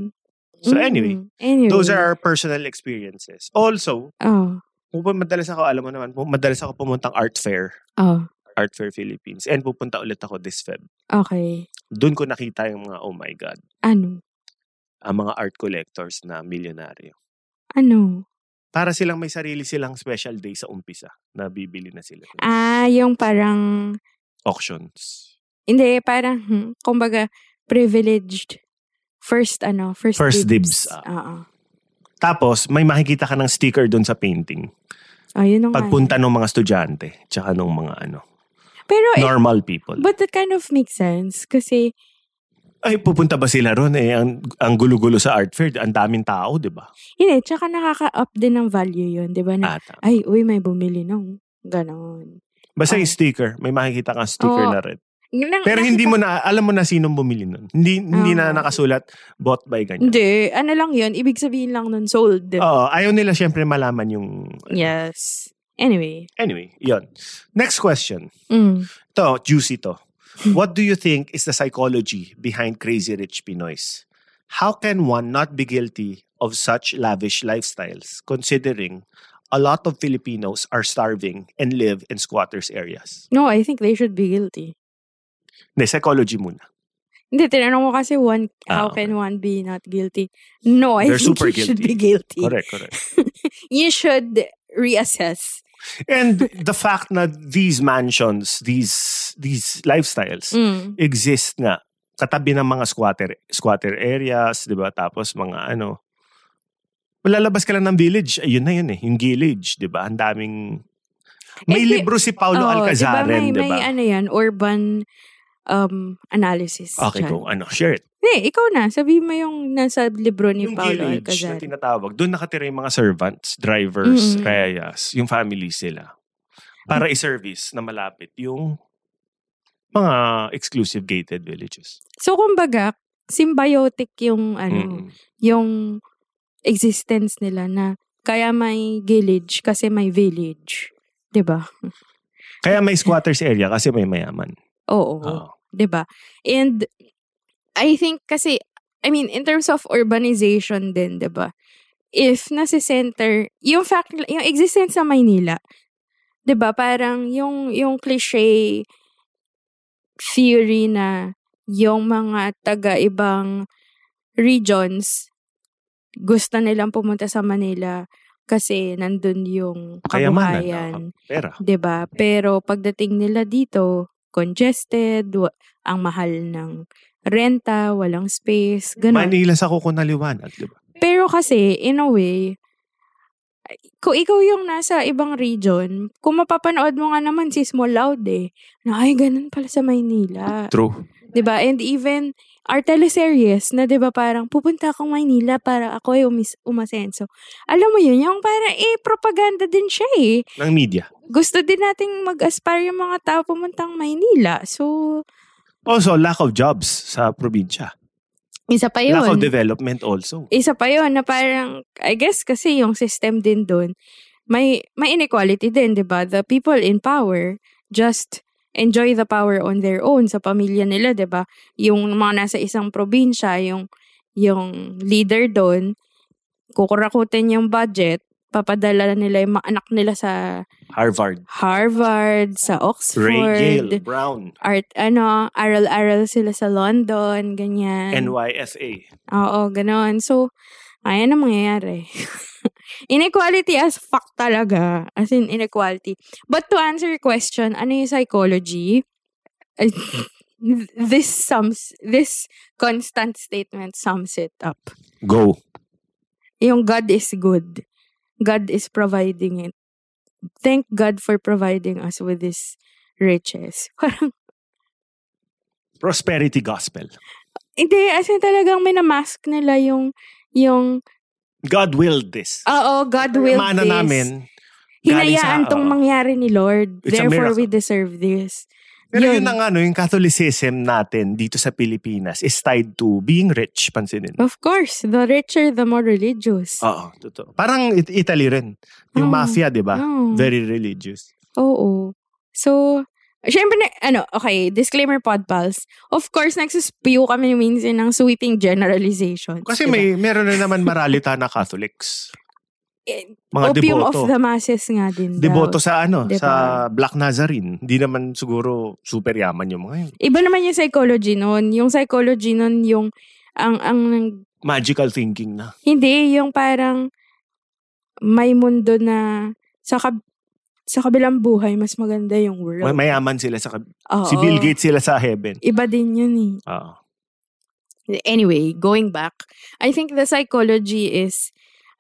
So
Mm,
anyway,
anyway.
Those are our personal experiences. Also,
Oh,
kung pa- madalas ako, alam mo naman, pu- madalas ako pumuntang art fair.
oh.
Art Fair Philippines. And pupunta ulit ako this Feb.
Okay.
Doon ko nakita yung mga, oh my God,
Ano?
ang mga art collectors na milyonaryo.
Ano?
Para silang may sarili silang special day sa umpisa na bibili na sila.
Ah, yung parang,
Auctions.
hindi, parang, hmm, kumbaga, privileged first, ano, first,
First dibs, ah.
Oo.
Tapos, may makikita ka ng sticker doon sa painting.
Oh, yun ang
Pagpunta ng mga estudyante, tsaka ng mga ano,
Pero, eh,
normal people.
but that kind of makes sense. Kasi,
Ay, pupunta ba sila ron? Eh, ang, ang gulo-gulo sa art fair, ang daming tao, di ba?
hindi, eh, tsaka nakaka-up din ng value yun, di ba? Na,
Ata.
ay, uy, may bumili nung. Ganon.
Basta
ay. Oh.
yung sticker, may makikita kang sticker
Oo.
na red.
Nang-
Pero hindi mo na, alam mo na sinong bumili nun. Hindi, hindi na
Oo.
nakasulat, bought by ganyan.
Ah. Hindi, ano lang yun, ibig sabihin lang nun, sold.
Oo, ayaw nila syempre malaman yung...
Yes. Anyway.
Anyway, yon. Next question.
Mm.
To, juicy to. What do you think is the psychology behind Crazy Rich Pinoys? How can one not be guilty of such lavish lifestyles considering a lot of Filipinos are starving and live in squatters areas?
No, I think they should be guilty.
Hindi, psychology muna.
Hindi, tinanong ko kasi one, how
Ah, okay.
can one be not guilty? No, I
They're
think
super
you should
guilty.
be guilty.
Correct, correct.
You should reassess.
And the fact that these mansions, these these lifestyles
Mm.
exist nga katabi ng mga squatter squatter areas, 'di ba? Tapos mga ano Malalabas ka lang ng village, ayun na yun eh, yung village, 'di ba? Ang daming May
Eh, di-
libro si Paulo
Oo,
Alcazaran,
May,
'di
may
ba?
ano yan, urban um, analysis.
Okay,
dyan.
go. Ano, share it.
Hindi, ikaw na. Sabi mo yung nasa libro ni
Yung
Paolo
village na
Alcazaran.
tinatawag, doon nakatira yung mga servants, drivers,
Mm-mm. Mm.
reyes, yung families sila. Para i-service na malapit yung mga exclusive gated villages.
So, kumbaga, symbiotic yung ano,
Mm-mm.
yung existence nila na kaya may village kasi may village. 'Di ba?
Kaya may squatters area kasi may mayaman.
Oo.
Oo.
'Di ba? And I think kasi I mean in terms of urbanization din, 'di ba? If nasa center, yung fact yung existence sa Maynila, 'di ba? Parang yung yung cliche theory na yung mga taga ibang regions gusto nilang pumunta sa Manila kasi nandun yung
Kayamanan,
kabuhayan.
oo, pera.
'di ba? Pero pagdating nila dito, congested, wa- ang mahal ng renta, walang space, ganun.
Manila sa kuko na liwanag, di ba?
Pero kasi in a way kung ikaw yung nasa ibang region, kung mapapanood mo nga naman si Small Loud eh, na ay ganun pala sa Maynila.
True.
'Di ba? And even our teleseries na 'di ba parang pupunta akong Maynila para ako ay umis- umasenso. Alam mo yun, yung para eh propaganda din siya eh
Ng media.
gusto din nating mag-aspire yung mga tao pumuntang Maynila. So,
Also, lack of jobs sa probinsya.
isa pa
Lack of
yun.
development also.
Isa pa yun na parang, I guess kasi yung system din doon, may, may inequality din, di ba? The people in power just enjoy the power on their own sa pamilya nila, di ba? Yung mga nasa isang probinsya, yung, yung leader doon, kukurakutin yung budget, papadala nila yung mga anak nila sa
Harvard.
Harvard,
Ray,
sa
Yale,
Oxford,
Brown,
art, ano, aral-aral sila sa London, ganyan.
NYFA.
Oo, ganon. So, ayan ang mangyayari. inequality as fuck talaga. As in, inequality. But to answer your question, ano yung psychology? I- this sums, this constant statement sums it up.
Go.
Yung God is good. God is providing it. Thank God for providing us with this riches. Parang,
Prosperity gospel.
Hindi, as in talagang minamask nila yung, yung,
God willed this.
oo, God will
Mana
this.
namin. galing
Hinayaan
sa-
tong
oo.
mangyari ni Lord.
It's a
Therefore, we
miracle.
deserve this.
Pero yun,
Yun.
ang ano, yung Catholicism natin dito sa Pilipinas is tied to being rich, pansinin.
Of course, the richer, the more religious.
Oo, totoo. Parang It- Italy rin. Yung
Oo.
mafia, di ba?
Oo.
Very religious.
Oo. So, syempre, na, ano, okay, disclaimer pod pals. Of course, nagsuspew kami minsan ng sweeping generalizations.
Kasi
diba?
may meron na naman maralita na Catholics. Mga
Eh, Opium
deboto.
of the Diba? masses nga din daw.
Deboto sa ano,
Di
sa
ba?
Black Nazarene. Hindi naman siguro super yaman yung mga yun.
Iba naman yung psychology nun. Yung psychology nun, yung, ang, ang
Magical thinking na.
Hindi, yung parang may mundo na sa, kab- sa kabilang buhay, mas maganda yung world.
May- Mayaman sila sa... kab-
Oo.
Si Bill Gates sila sa heaven.
Iba din yun eh.
Oo.
Anyway, going back, I think the psychology is,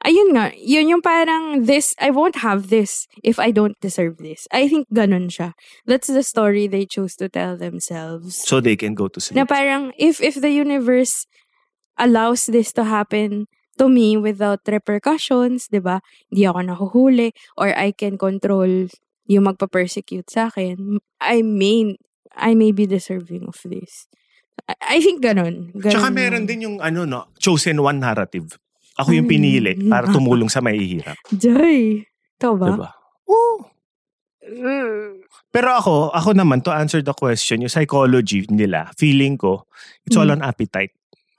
ayun nga, yun yung parang this, I won't have this if I don't deserve this. I think ganun siya. That's the story they chose to tell themselves.
So they can go to sleep.
na parang if if the universe allows this to happen to me without repercussions, 'di ba? Hindi ako nahuhuli or I can control yung magpa-persecute sa akin. I may I may be deserving of this. I, I think ganun. ganun.
Tsaka meron din yung ano no, chosen one narrative. Ako yung pinili
Hmm.
para tumulong sa mahihirap.
Joy. Ito ba? Mm.
Diba? Oo. Pero ako, ako naman, to answer the question, yung psychology nila, feeling ko, it's all on appetite.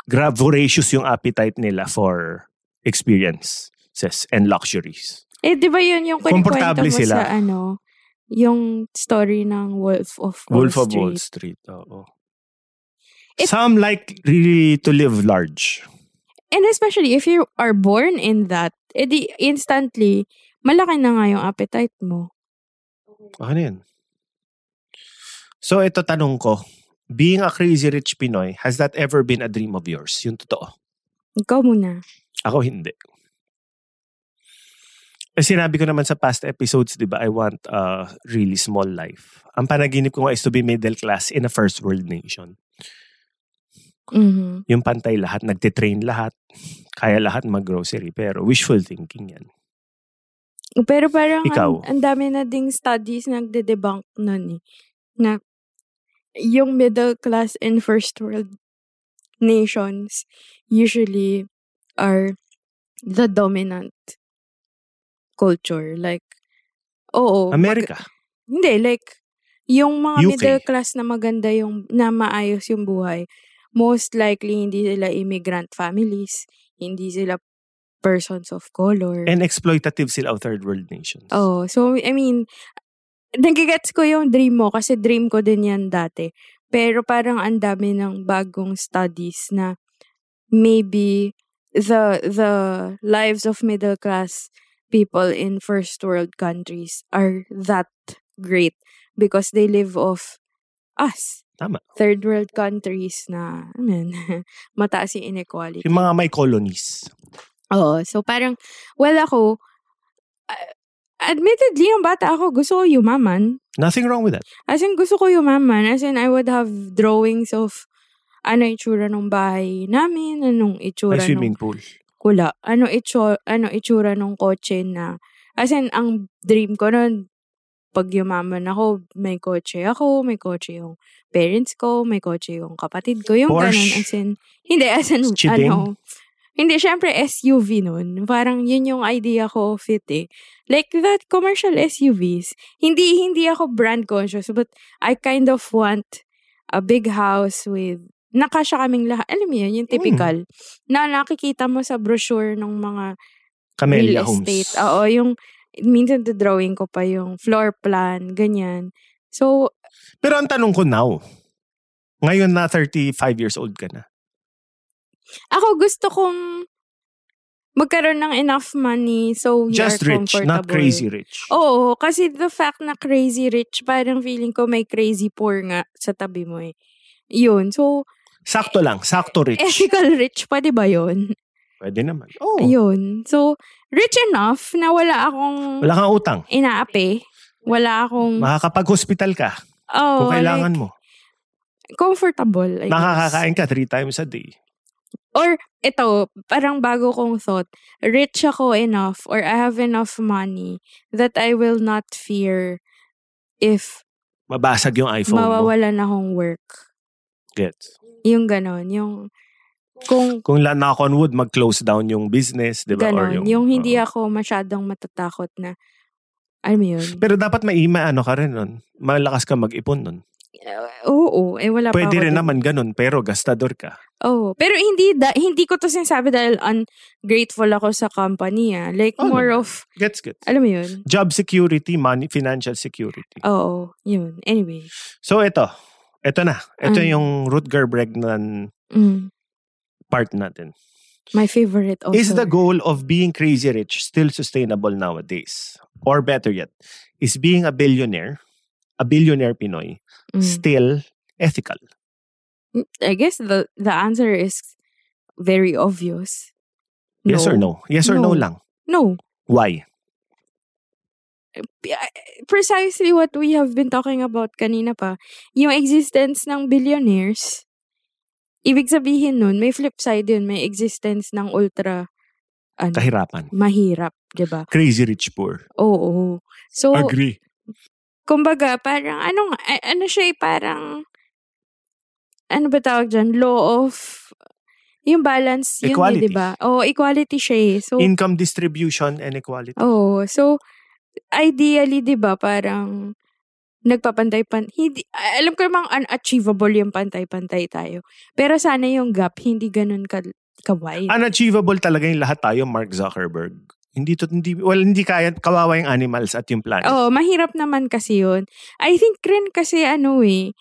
Grab voracious yung appetite nila for experiences and luxuries.
Eh, di ba yun yung kinikwento
Komportable
mo
sila.
sa ano? Yung story ng Wolf of Wall
Wolf of
Street.
Wall Street. Oo.
It-
Some like really to live large.
And especially if you are born in that, edi instantly, malaki na nga yung appetite mo.
Ano yun? So ito tanong ko, being a crazy rich Pinoy, has that ever been a dream of yours? Yung totoo.
Ikaw muna.
Ako hindi. Eh, Sinabi ko naman sa past episodes, di ba, I want a really small life. Ang panaginip ko nga is to be middle class in a first world nation.
Mhm.
Yung pantay lahat, nagtitrain lahat, kaya lahat mag-grocery. Pero wishful thinking yan.
Pero parang
Ikaw?
ang, ang dami na ding studies nagde-debunk nun eh. Na yung middle class and first world nations usually are the dominant culture. Like, oo. Oh, mag-
America.
Hindi, like, yung mga
UK.
middle class na maganda yung, na maayos yung buhay, most likely hindi sila immigrant families, hindi sila persons of color.
And exploitative sila of third world nations.
oh, so, I mean, nagigets ko yung dream mo kasi dream ko din yan dati. Pero parang ang dami ng bagong studies na maybe the the lives of middle class people in first world countries are that great because they live off us
Tama.
third world countries na I mean, mataas yung inequality
Yung mga may colonies.
Oo. So, parang, well, ako, uh, admittedly, yung bata ako, gusto ko yumaman.
Nothing wrong with that.
As in, gusto ko yumaman. As in, I would have drawings of ano itsura ng bahay namin, anong
May
itsura ng
swimming pool.
kula, ano itsura, ano itsura ng kotse na, as in, ang dream ko nun, pag yumaman ako, may kotse ako, may kotse yung parents ko, may kotse yung kapatid ko, yung
Porsche.
ganun, as in, hindi, as in,
Chideng.
ano, hindi, syempre SUV nun. Parang yun yung idea ko of it eh. Like that commercial SUVs. Hindi, hindi ako brand conscious but I kind of want a big house with nakasya kaming lahat. Alam mo yun, yung
Hmm.
typical. Na nakikita mo sa brochure ng mga
Camellia
real
homes.
estate. Oo, yung minsan the drawing ko pa yung floor plan, ganyan. So,
Pero ang tanong ko now, ngayon na 35 years old ka na.
ako gusto kong magkaroon ng enough money so we
Just
are
rich,
comfortable. Oh.
not crazy rich.
Oo, kasi the fact na crazy rich, parang feeling ko may crazy poor nga sa tabi mo eh. Yun. So,
Sakto lang, sakto rich.
ethical rich, pwede ba yun?
Pwede naman. Oh,
Yun. So, rich enough na wala akong
wala kang utang.
inaapi. Wala akong...
Makakapag-hospital ka
Mm. oh,
kung kailangan
like,
mo.
comfortable. I guess.
Nakakakain ka three times a day.
Or, ito, parang bago kong thought, rich ako enough or I have enough money that I will not fear if
Mabasag yung iPhone mo.
mawawalan akong work.
Gets.
Yung ganon, yung kung
Kung la knock on wood, mag-close down yung business, di ba? Or
ganon, yung, hindi
oo.
ako masyadong matatakot na, alam mo yun,
Pero dapat may ima ano ka rin nun. Malakas ka mag-ipon nun.
Eh, Oo, eh wala pa
Pwede
ako
rin
dun.
naman ganun, pero gastador ka.
Oh, pero hindi da, hindi ko to sinasabi dahil ungrateful ako sa company. Ah. Like
Oh,
more
naman.
of
Gets, gets.
alam mo 'yun.
Job security, money, financial security.
Oh. Oo, 'yun. Anyway.
So, ito. Ito na. Ito
Ano?
yung Rutger Bregman
Mm,
part natin.
my favorite also.
Is the goal of being crazy rich still sustainable nowadays? Or better yet, is being a billionaire, a billionaire Pinoy,
Mm.
still ethical?
I guess the the answer is very obvious.
Yes or no? Yes or no,
No.
lang.
No.
Why?
P- ah, Precisely what we have been talking about kanina pa. Yung existence ng billionaires. Ibig sabihin nun, may flip side yun. May existence ng ultra ano,
Kahirapan.
mahirap, 'di ba?
Crazy rich poor.
Oo. So,
Agree.
kumbaga, parang, ano, nga, a- ano siya eh, parang, ano ba tawag dyan? Law of, yung balance, yun eh,
Equality.
di ba? Oo, equality siya eh. So, Oh,
Income distribution and equality.
oo. So, ideally, di ba, parang, nagpapantay-pantay. Hindi, a- alam ko namang unachievable yung pantay-pantay tayo. Pero sana yung gap, hindi ganun ka, kawai.
Unachievable talaga yung lahat tayo, Mark Zuckerberg. Hindi to, hindi, well, hindi kaya, kawawa yung animals at yung planet.
Oo, mahirap naman kasi yun. I think rin kasi ano eh,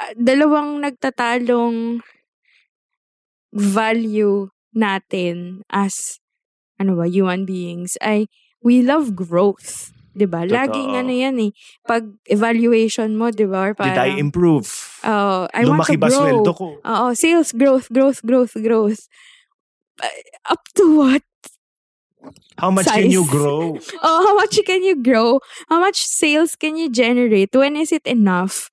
ah, dalawang nagtatalong value natin as ano ba, human beings ay we love growth. 'di ba? Laging
Totoo.
ano yan eh. Pag evaluation mo, 'di ba? Or
Did I
parang, Ah,
improve?
Oo, I want
Lumaki
to
ba
grow.
sweldo ko?
Oo, sales growth, growth, growth, growth. Ah, Up to what?
How much can
size.
you grow?
Oh, how much can you grow? How much sales can you generate? When is it enough?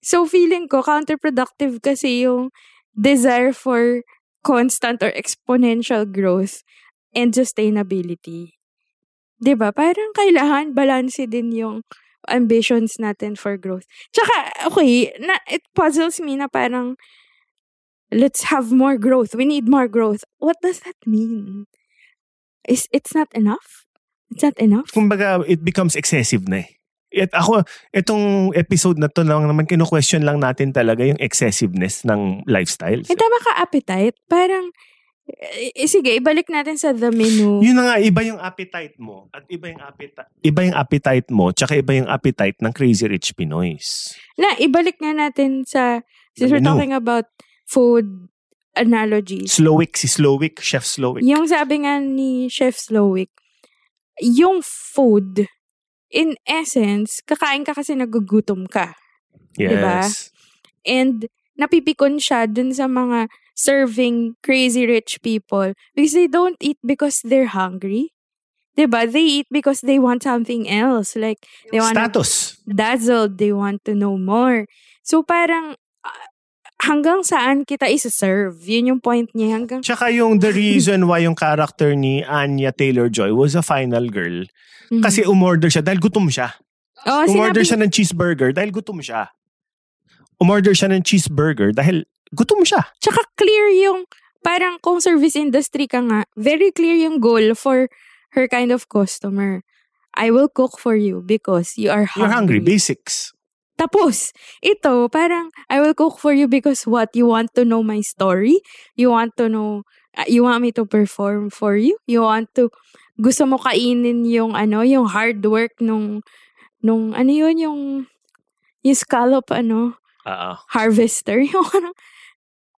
So feeling ko counterproductive kasi yung desire for constant or exponential growth and sustainability. 'Di ba? Parang kailangan balanse din yung ambitions natin for growth. Tsaka, okay, na, it puzzles me na parang let's have more growth. We need more growth. What does that mean? Is it's not enough? It's not enough?
Kumbaga, it becomes excessive na eh. At ako, itong episode na to lang naman, kino-question lang natin talaga yung excessiveness ng lifestyle.
Eh, tama ka appetite. Parang, eh, eh, sige, ibalik natin sa the menu.
Yun na nga, iba yung appetite mo at iba yung appetite. Iba yung appetite mo tsaka iba yung appetite ng Crazy Rich Pinoys.
Na, ibalik nga natin sa, since
The
we're
menu.
talking about food analogies.
Slowick, si Slowick, Chef Slowick.
Yung sabi nga ni Chef Slowick, yung food, in essence, kakain ka kasi nagugutom ka.
yes.
diba? And napipikon siya dun sa mga serving crazy rich people because they don't eat because they're hungry. 'Di ba? They eat because they want something else. Like, they want to
Status.
dazzled. They want to know more. So, parang ah, hanggang saan kita isa-serve. Yun yung point niya. Hanggang,
Tsaka yung the reason why yung character ni Anya Taylor-Joy was a final girl.
Mhm.
Kasi umorder siya dahil gutom siya.
Oo,
umorder
Ah, sinabi-
siya ng cheeseburger dahil gutom siya. Umorder siya ng cheeseburger dahil gutom siya.
Tsaka clear yung, parang kung service industry ka nga, very clear yung goal for her kind of customer. I will cook for you because you are hungry.
You're hungry. Basics.
Tapos, ito, parang, I will cook for you because what? You want to know my story? You want to know, uh, you want me to perform for you? You want to, gusto mo kainin yung, ano, yung hard work nung, nung, ano yun, yung, yung scallop, ano,
Oo.
harvester. Yung ano,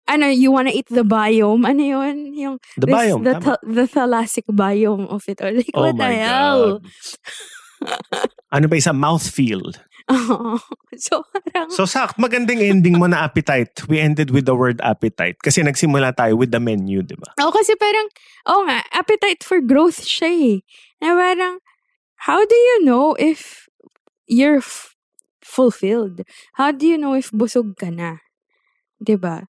ano, you wanna eat the biome? Ano yun? Yung,
The
this-
biome.
The,
tama.
thal- the thalassic biome of it all. Like,
Oh
what
my
the hell?
God. ano ba isa? Mouthfeel.
Oo. so, parang,
So, Sak, magandang ending mo na appetite. We ended with the word appetite. Kasi nagsimula tayo with the menu, di ba?
Oo, kasi parang, oo nga, appetite for growth siya eh. Na parang, how do you know if you're f- fulfilled? How do you know if busog ka na? 'Di ba?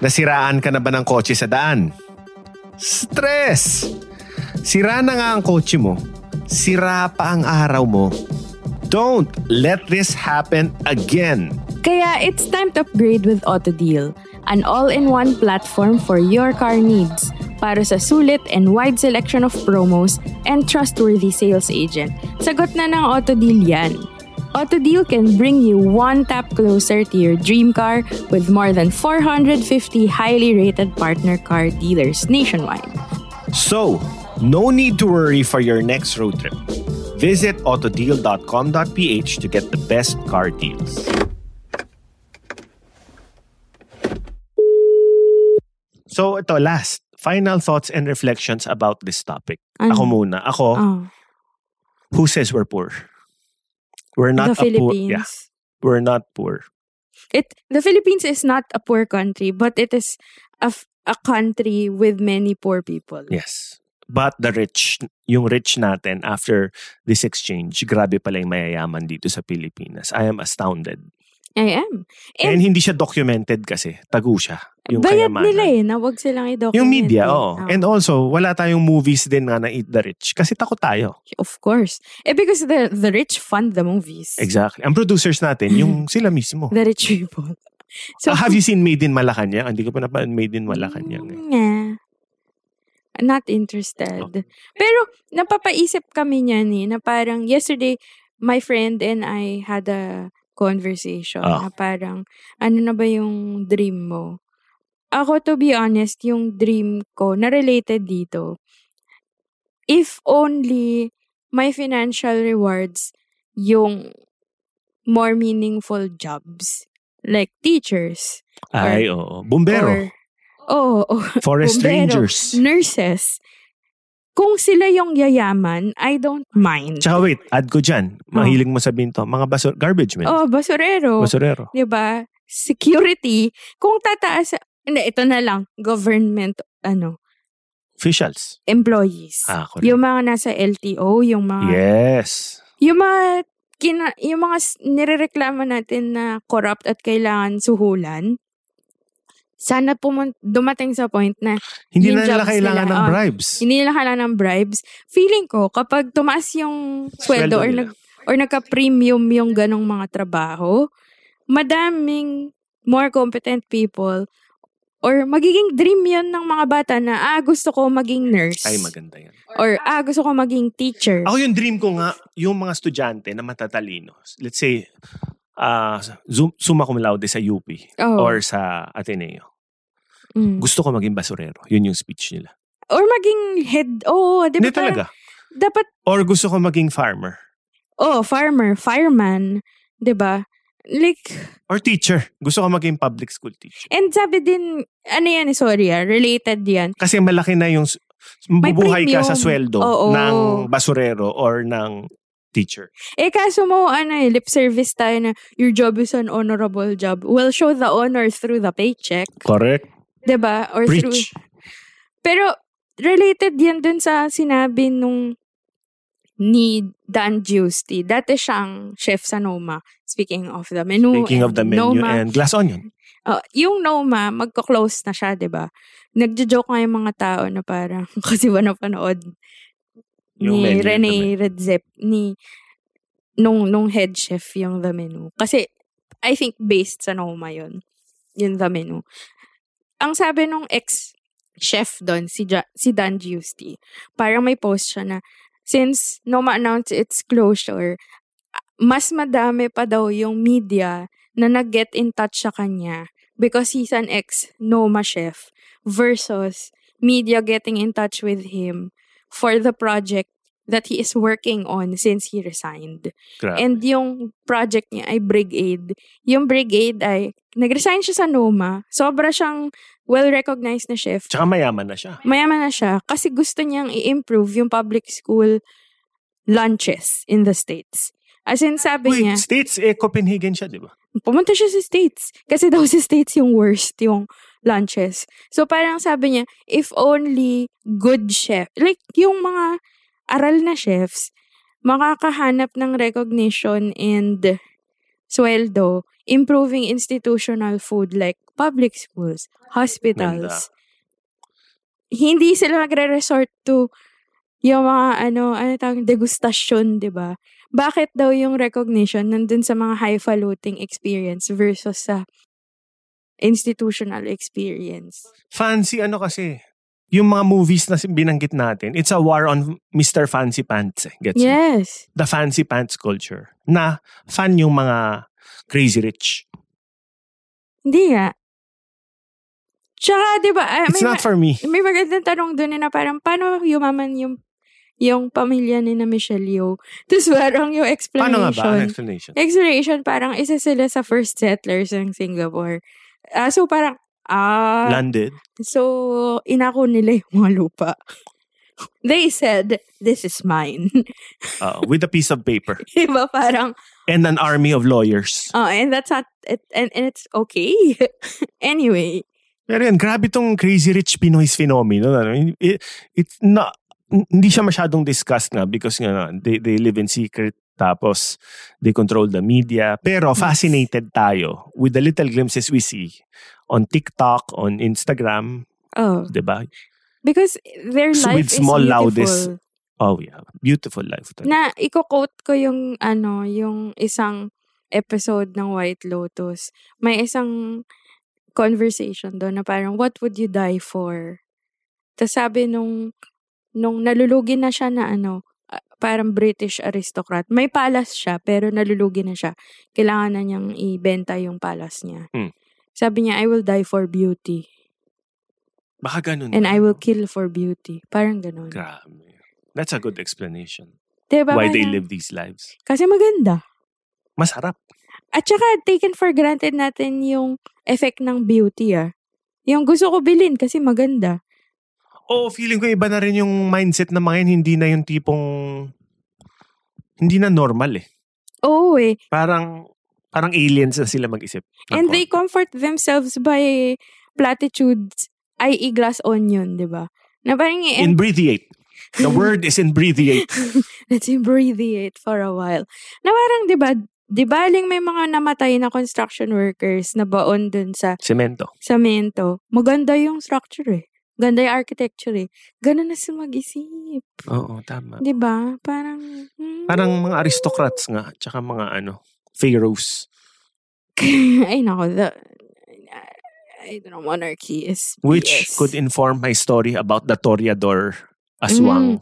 Nasiraan ka na ba ng kotse sa daan? Stress! Sira na nga ang kotse mo. Sira pa ang araw mo. Don't let this happen again.
Kaya it's time to upgrade with AutoDeal. an all-in-one platform for your car needs. Para sa sulit and wide selection of promos and trustworthy sales agent, sagot na ng Autodeal yan. Autodeal can bring you one tap closer to your dream car with more than 450 highly rated partner car dealers nationwide.
So, no need to worry for your next road trip. Visit autodeal.com.ph to get the best car deals. So, ito last. Final thoughts and reflections about this topic.
Ano?
Ako muna. Ako,
Oh,
who says we're poor? We're not
the
a poor.
Philippines.
Yeah, we're not poor.
It the Philippines is not a poor country, but it is a, f- a country with many poor people.
Yes. But the rich, yung rich natin after this exchange, grabe pala yung mayayaman dito sa Pilipinas. I am astounded.
I am.
And,
And,
hindi siya documented kasi. Tagu siya. Yung
bayad
kayamanan.
nila eh, nawag silang i-document.
Yung media,
eh.
oo.
Ah,
And also, wala tayong movies din nga na Eat the Rich. Kasi takot tayo.
of course. Eh, because the, the rich fund the movies.
Exactly. Ang producers natin, yung sila mismo.
The rich people. So,
Ah, have you seen Made in Malacanang? Hindi ko pa napanood Made in Malacanang.
Mm.
Eh.
Nga. Not interested. Pero napapaisip kami niyan eh, na parang yesterday, my friend and I had a conversation
Ah.
na parang, ano na ba yung dream mo? Ako, to be honest, yung dream ko na related dito, if only my financial rewards yung more meaningful jobs like teachers
Ay, oo. Bumbero.
or oh, oh
forest
bombero,
Rangers.
nurses, kung sila yung yayaman, I don't mind.
Tsaka wait, add ko dyan. Mahiling mo sabihin to. Mga basur- garbage men.
oh, basurero.
Basurero.
'di ba? Security. Kung tataas, hindi, ito na lang, government, ano,
Officials.
employees.
Ah, correct.
yung mga nasa LTO, yung mga,
Yes.
yung mga, kina, yung mga s- nirereklamo natin na corrupt at kailangan suhulan, sana pumun- dumating sa point na
Hindi na
Yung
nila
jobs
kailangan
nila,
ng
oh.
bribes.
Hindi nila kailangan ng bribes. Feeling ko, kapag tumaas yung sweldo
Sweldo
or,
nila.
nag, or nagka-premium yung ganong mga trabaho, madaming more competent people or magiging dream yun ng mga bata na, ah, gusto ko maging nurse.
Ay, maganda yan.
Or, ah, gusto ko maging teacher.
Ako yung dream ko nga, yung mga estudyante na matatalino, let's say, ah zoom, suma cum laude sa UP
Oh.
or sa Ateneo.
Mm.
Gusto ko maging basurero. Yun yung speech nila.
Or maging head, oo, oh, di
Hindi
ba? parang
talaga.
Dapat,
Or gusto ko maging farmer.
oh, farmer, fireman, di ba? Like,
Or teacher. Gusto ko maging public school teacher.
and sabi din, ano yan, eh, sorry ah, related yan.
Kasi malaki na yung s- mabubuhay ka sa
premium.
sweldo
Oo.
ng basurero or ng teacher.
Eh, kaso mo, ano eh, lip service tayo na your job is an honorable job. Well, show the honor through the paycheck.
Correct.
'di ba? Or through...
Preach.
Pero, related yan dun sa sinabi nung ni Dan Giusti. Dati siyang chef sa Noma. Speaking of the menu.
Speaking of the menu
eh, Noma,
and glass onion.
Oh, yung Noma, magko-close na siya, 'di ba? Nagjo-joke nga yung mga tao na parang kasi ba napanood
Yung menu,
ni Rene Redzep ni nung nung head chef yung the menu. Kasi I think based sa Noma 'yon. Yung the menu. Ang sabi nung ex chef doon si Ja- si Dan Giusti, parang may post siya na since Noma announced its closure, mas madami pa daw yung media na nag-get in touch sa kanya because he's an ex-Noma chef versus media getting in touch with him for the project that he is working on since he resigned.
Grabe.
And yung project niya ay Brigade. Yung Brigade ay, nag-resign siya sa Noma. Sobra siyang well-recognized na chef
Tsaka mayaman na siya.
mayaman na siya kasi gusto niyang i-improve yung public school lunches in the States. As in, sabi
Wait,
niya,
States, eh, Copenhagen siya, di ba?
pumunta siya sa States. Kasi daw sa States yung worst yung lunches. So parang sabi niya, if only good chef, like yung mga aral na chefs, makakahanap ng recognition and sweldo improving institutional food like public schools, hospitals. Hindi sila magre-resort to yung mga ano, ano tawag, degustasyon, di ba? Bakit daw yung recognition nandun sa mga highfalutin experience versus sa institutional experience.
Fancy ano kasi, yung mga movies na si- binanggit natin, it's a war on Mr. Fancy Pants. eh. Gets mo?
Yes.
The fancy pants culture na fan yung mga crazy rich.
Hindi nga. Tsaka, di ba, ah,
It's
may,
not
ma-
for me.
may magandang tanong doon na parang, paano yumaman yung yung pamilya ni na Michelle Yeoh? Tapos parang yung explanation. Eh,
Paano nga ba ang explanation?
Exploration, parang isa sila sa first settlers ng Singapore. Ah, so parang, ah,
Landed.
so inako nila yung mga lupa. They said, this is mine.
uh, with a piece of paper
diba parang,
and an army of lawyers.
oh, and that's not, it, and, and it's okay. anyway,
Pero yan, grabe tong crazy rich Pinoy's phenomenon. Ano? It, it's not, hindi siya masyadong discussed nga because nga, na, they, they live in secret tapos they control the media. Pero fascinated tayo with the little glimpses we see on TikTok, on Instagram,
oh,
di ba?
because their
S- with
life
small
is beautiful.
loudest. Oh yeah, beautiful life. talaga.
Na, iko-quote ko yung, ano, yung isang episode ng White Lotus. May isang conversation doon na parang, what would you die for? Tapos sabi nung, nung nalulugi na siya na ano, ah, parang British aristocrat. May palace siya, pero nalulugi na siya. Kailangan na niyang ibenta yung palace niya.
Hmm.
Sabi niya, I will die for beauty.
Baka ganun.
And
ba?
I will kill for beauty. Parang ganun.
Grabe. That's a good explanation.
Diba,
Why they
parang-
live these lives.
Kasi maganda.
Masarap.
At saka, taken for granted natin yung effect ng beauty, ah. Yung gusto ko bilhin kasi maganda.
Oo, feeling ko iba na rin yung mindset na mga yun. Hindi na yung tipong... Hindi na normal eh.
Oo eh.
Parang parang aliens na sila mag-isip. ng
And they
konti.
comfort themselves by platitudes, i.e. glass onion, di ba? Na parang i-
Imbreathiate. The word is imbreathiate.
let's imbreathiate for a while. Na parang, di ba, di baling may mga namatay na construction workers na baon dun sa
Semento.
samento. Maganda yung structure eh. Ganda yung architecture eh. Ganun na sila mag-isip.
Oo, tama.
Di ba? Parang, hmm.
Parang mga aristocrats nga. Tsaka mga ano, pharaohs.
I know the I don't know monarchy is
Which
BS.
could inform my story about the Toreador Aswang.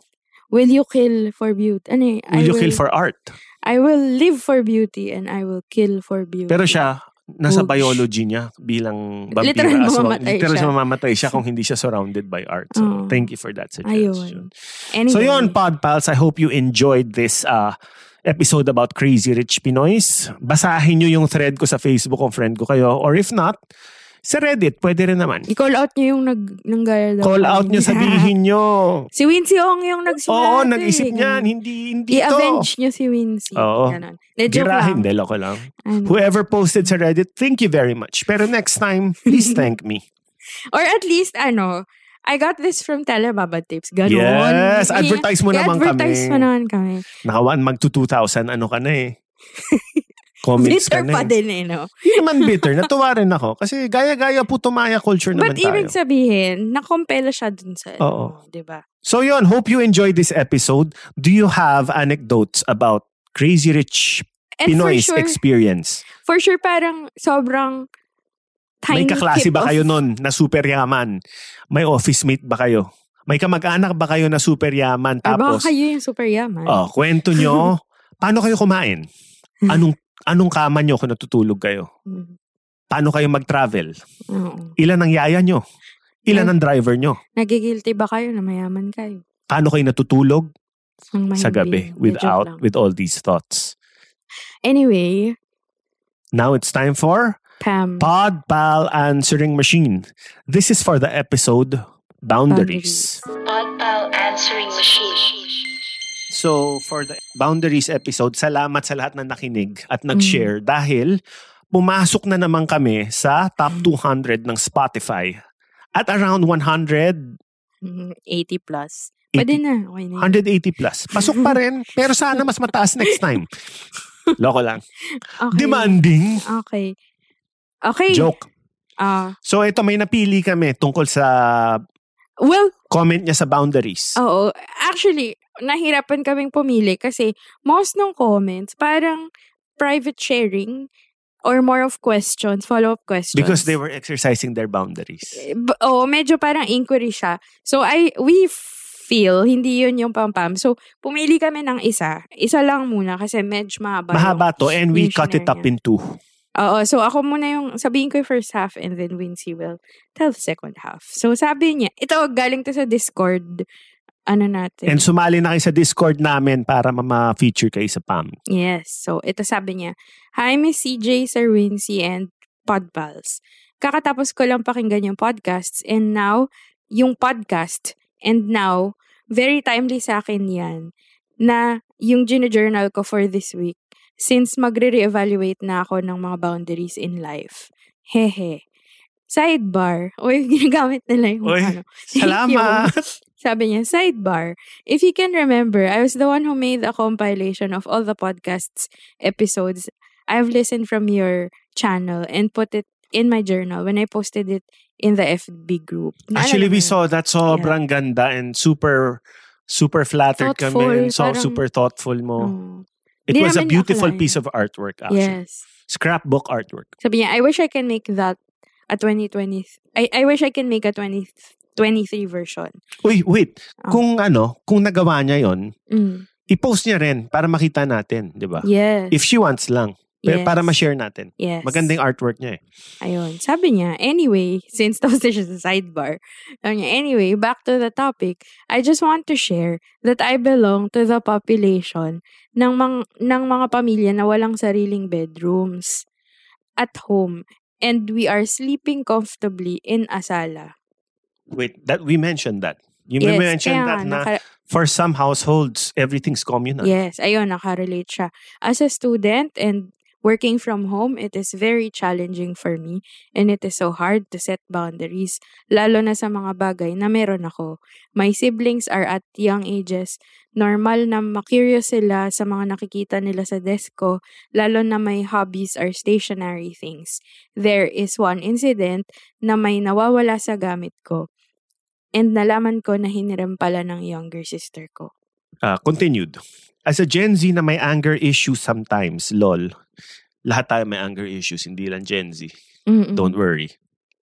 will you kill for beauty? Ano eh,
Will
Mm, I
you kill for art?
I will live for beauty and I will kill for beauty.
Pero siya, nasa
Ouch.
biology niya bilang vampira.
Literal
as well.
mamamatay
Literal
siya.
mamamatay siya kung hindi siya surrounded by art. So,
Oo.
thank you for that suggestion.
Ayun. Anyway,
So yun, Pod Pals, I hope you enjoyed this uh, episode about Crazy Rich Pinoys. Basahin nyo yung thread ko sa Facebook kung friend ko kayo. Or if not, sa Reddit, pwede rin naman.
i-call out niyo yung nag nanggaya daw.
Call out nyo, sabihin nyo.
si Wincy Ong yung nagsulat.
Oo,
eh.
nag-isip niyan. Hindi, hindi to.
I-avenge niyo si Wincy.
Oo.
Ganon. De, joke
Girahin,
lang.
de, loko lang.
Ano.
Whoever posted sa Reddit, thank you very much. Pero next time, please thank me.
Or at least, ano, I got this from Telebaba Tips. Ganon.
Yes,
Yeah.
advertise mo naman
I-advertise
kami.
mo naman kami.
Naka one, mag to 2,000, ano ka na eh. Comics ka
Bitter
na
pa
eh.
din eh, no?
Hindi naman bitter. Natuwa rin ako. Kasi gaya-gaya po tumaya culture naman
But
tayo.
ibig sabihin, nakompela siya dun sa,
Oo.
ano, di ba?
so yun, hope you enjoyed this episode. Do you have anecdotes about Crazy Rich
And
Pinoy's
for sure,
experience?
for sure parang sobrang
May
tiny
kaklase
tip
ba
of-
kayo nun na super yaman? May office mate ba kayo? May kamag-anak ba kayo na super yaman?
Or baka
Tapos,
kayo yung super yaman.
oh, kwento nyo, paano kayo kumain? Anong, anong kama nyo kung natutulog kayo?
Mm,
Paano kayo mag-travel?
Oo.
Ilan ang yaya nyo? Ilan ang driver nyo?
Nagigilty ba kayo na mayaman kayo?
Paano kayo natutulog
Ang
sa
mahindi.
gabi
Hindi, joke
without
lang.
with all these thoughts?
Anyway,
Now it's time for
Pam.
Pod Pal Answering Machine. This is for the episode Boundaries.
Podpal Answering Machine.
So for the Boundaries episode, salamat sa lahat na nakinig at nag-share dahil pumasok na naman kami sa top 200 ng Spotify at around 100
Mm, 80 plus. Pwede
80.
na. Okay na. yun.
180 plus. Pasok pa rin, pero sana mas mataas next time. Loko lang.
Okay.
Demanding.
Okay. Okay.
Joke.
Ah,
So ito, may napili kami tungkol sa
well,
comment niya sa boundaries.
Oo. Actually, nahirapan kaming pumili kasi most ng comments, parang private sharing or more of questions, follow-up questions.
Because they were exercising their boundaries.
B- Oo, medyo parang inquiry siya. So, I, we feel, hindi yun yung pam-pam. So, pumili kami ng isa. Isa lang muna kasi medyo mahaba. yung
Mahaba to and we cut it
questionnaire
up
niya.
in two.
Oo, so ako muna yung sabihin ko yung first half and then Wincy will tell the second half. So sabi niya, ito galing to sa Discord, ano natin.
And sumali na kayo sa Discord namin para ma-feature kayo sa PAM.
yes, so ito sabi niya, Hi Miss CJ, Sir Wincy, and Podpals. Kakatapos ko lang pakinggan yung podcasts and now, yung podcast, and now, very timely sa akin yan na yung journal ko for this week since magre-reevaluate na ako ng mga boundaries in life. Hehe. Sidebar. Uy, ginagamit nila yung
Uy,
ano. Thank
salamat!
you. Sabi niya, sidebar. If you can remember, I was the one who made a compilation of all the podcasts episodes I've listened from your channel and put it in my journal when I posted it in the FB group. Naalala
Actually,
mo
we
yun?
saw that sobrang ganda and super super flattered kami
Thoughtful,
and so
parang- Mm.
super thoughtful mo.
Oo.
It
Di
was a
namin
beautiful
akalain.
piece of artwork actually.
Yes.
Scrapbook artwork.
Sabi niya, I wish I can make that a 2020. I, I wish I can make a 20, 23 version.
Uy, wait.
Oh.
Kung ano, kung nagawa niya 'yon,
Mm.
i-post niya rin para makita natin, 'di ba?
Yes.
If she wants lang. Pero
Yes.
para ma-share natin.
yes.
Magandang artwork niya eh.
Ayun. Sabi niya, anyway, since tapos na siya sa sidebar, sabi niya, anyway, back to the topic, I just want to share that I belong to the population ng, mang, ng mga pamilya na walang sariling bedrooms at home and we are sleeping comfortably in a sala.
Wait, that we mentioned that. You we mentioned
kaya
that
nga,
na
naka-
for some households, everything's communal.
Yes, ayun, nakarelate siya. As a student and working from home, it is very challenging for me and it is so hard to set boundaries, lalo na sa mga bagay na meron ako. My siblings are at young ages. Normal na makurious sila sa mga nakikita nila sa desk ko, lalo na my hobbies are stationary things. There is one incident na may nawawala sa gamit ko and nalaman ko na hiniram pala ng younger sister ko.
Uh, continued. As a Gen Z na may anger issues sometimes, lol. Lahat tayo may anger issues, hindi lang Gen Z.
Mm-mm.
Don't worry.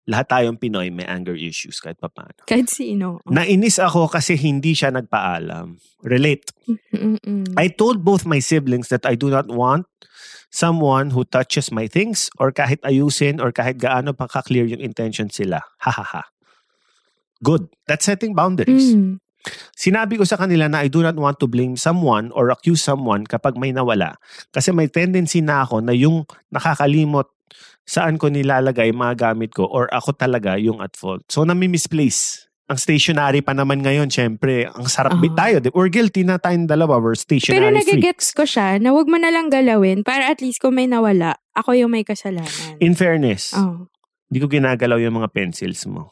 Lahat tayong Pinoy may anger issues kahit papaano.
Kahit sino.
Nainis ako kasi hindi siya nagpaalam. Relate.
Mm-mm.
I told both my siblings that I do not want someone who touches my things or kahit ayusin or kahit gaano pa ka-clear yung intention sila. Ha ha ha. Good. That's setting boundaries.
Mm.
Sinabi ko sa kanila na I do not want to blame someone or accuse someone kapag may nawala. Kasi may tendency na ako na yung nakakalimot saan ko nilalagay mga gamit ko or ako talaga yung at fault. So nami-misplace. Ang stationary pa naman ngayon, syempre, ang sarap
Ah.
tayo. di- We're guilty na tayong dalawa. We're
Pero
stationary freak.
nagigets ko siya na huwag mo na lang galawin para at least kung may nawala, ako yung may kasalanan.
In fairness,
oh,
hindi ko ginagalaw yung mga pencils mo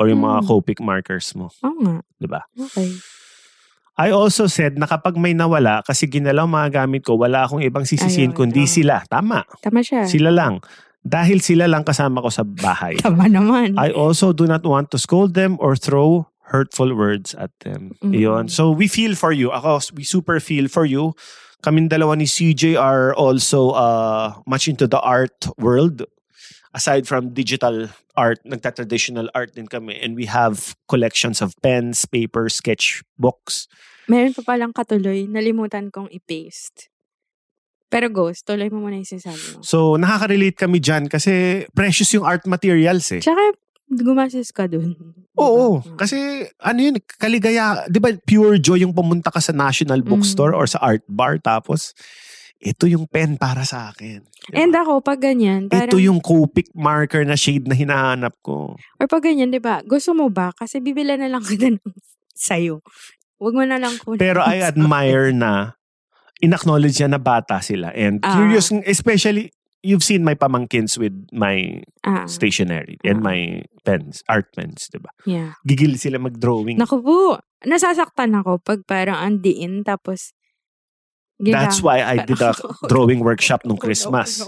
or yung mga
Mm.
Copic markers mo.
oo nga.
di ba?
Okay.
I also said na kapag may nawala, kasi ginalaw mga gamit ko, wala akong ibang sisisin
Ayun,
kundi
oh.
sila. Tama.
Tama siya.
Sila lang. Dahil sila lang kasama ko sa bahay.
Tama naman.
I also do not want to scold them or throw hurtful words at them.
Mm.
Iyon. So we feel for you. Ako, we super feel for you. Kaming dalawa ni CJ are also uh, much into the art world. Aside from digital art, nagta-traditional art din kami. And we have collections of pens, paper, sketchbooks.
Meron pa palang katuloy, nalimutan kong i-paste. Pero ghost, tuloy mo muna yung sinasabi mo.
So nakaka-relate kami dyan kasi precious yung art materials eh.
Tsaka, gumasis ka dun.
Oo.
Diba?
Kasi ano yun, kaligaya, di ba pure joy yung pumunta ka sa National Bookstore
Mm.
or sa art bar tapos ito yung pen para sa akin. Di ba?
And ako, pag ganyan, parang,
diba? ito yung Copic marker na shade na hinahanap ko.
or pag ganyan, di ba, gusto mo ba? Kasi bibila na lang kita ng sayo. Huwag mo na lang kunin.
Pero I
sa-
admire na in-acknowledge niya na bata sila. And
Ah.
curious, especially, you've seen my pamangkins with my
Ah,
stationery and
Ah.
my pens, art pens, di ba?
yeah.
Gigil sila mag-drawing.
Naku po, nasasaktan ako pag parang andiin tapos
That's why I did a drawing workshop
Oh,
nung Christmas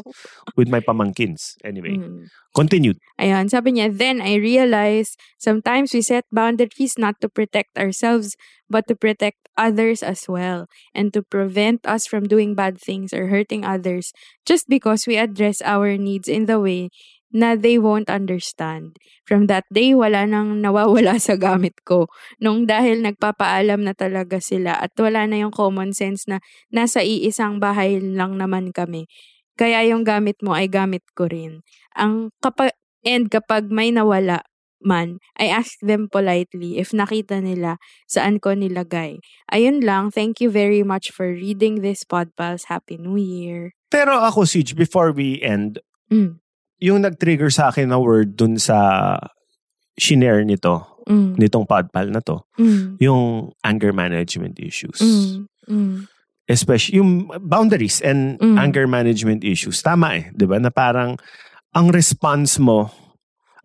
with my pamangkins. Anyway,
Mm.
continued.
Ayan, sabi niya, then I realized sometimes we set boundaries not to protect ourselves, but to protect others as well, and to prevent us from doing bad things or hurting others just because we address our needs in the way na they won't understand. From that day, wala nang nawawala sa gamit ko. Nung dahil nagpapaalam na talaga sila at wala na yung common sense na nasa iisang bahay lang naman kami. Kaya yung gamit mo ay gamit ko rin. Ang kapag, and kapag may nawala man, I ask them politely if nakita nila saan ko nilagay. Ayun lang, thank you very much for reading this podcast. Happy New Year.
Pero ako, Siege, before we end,
Mm,
yung nag-trigger sa akin na word dun sa shinare nito,
mm,
nitong podpal na to,
mm,
yung anger management issues.
mm, mm,
especially yung boundaries and
Mm.
anger management issues. Tama eh, 'di ba? Na parang ang response mo,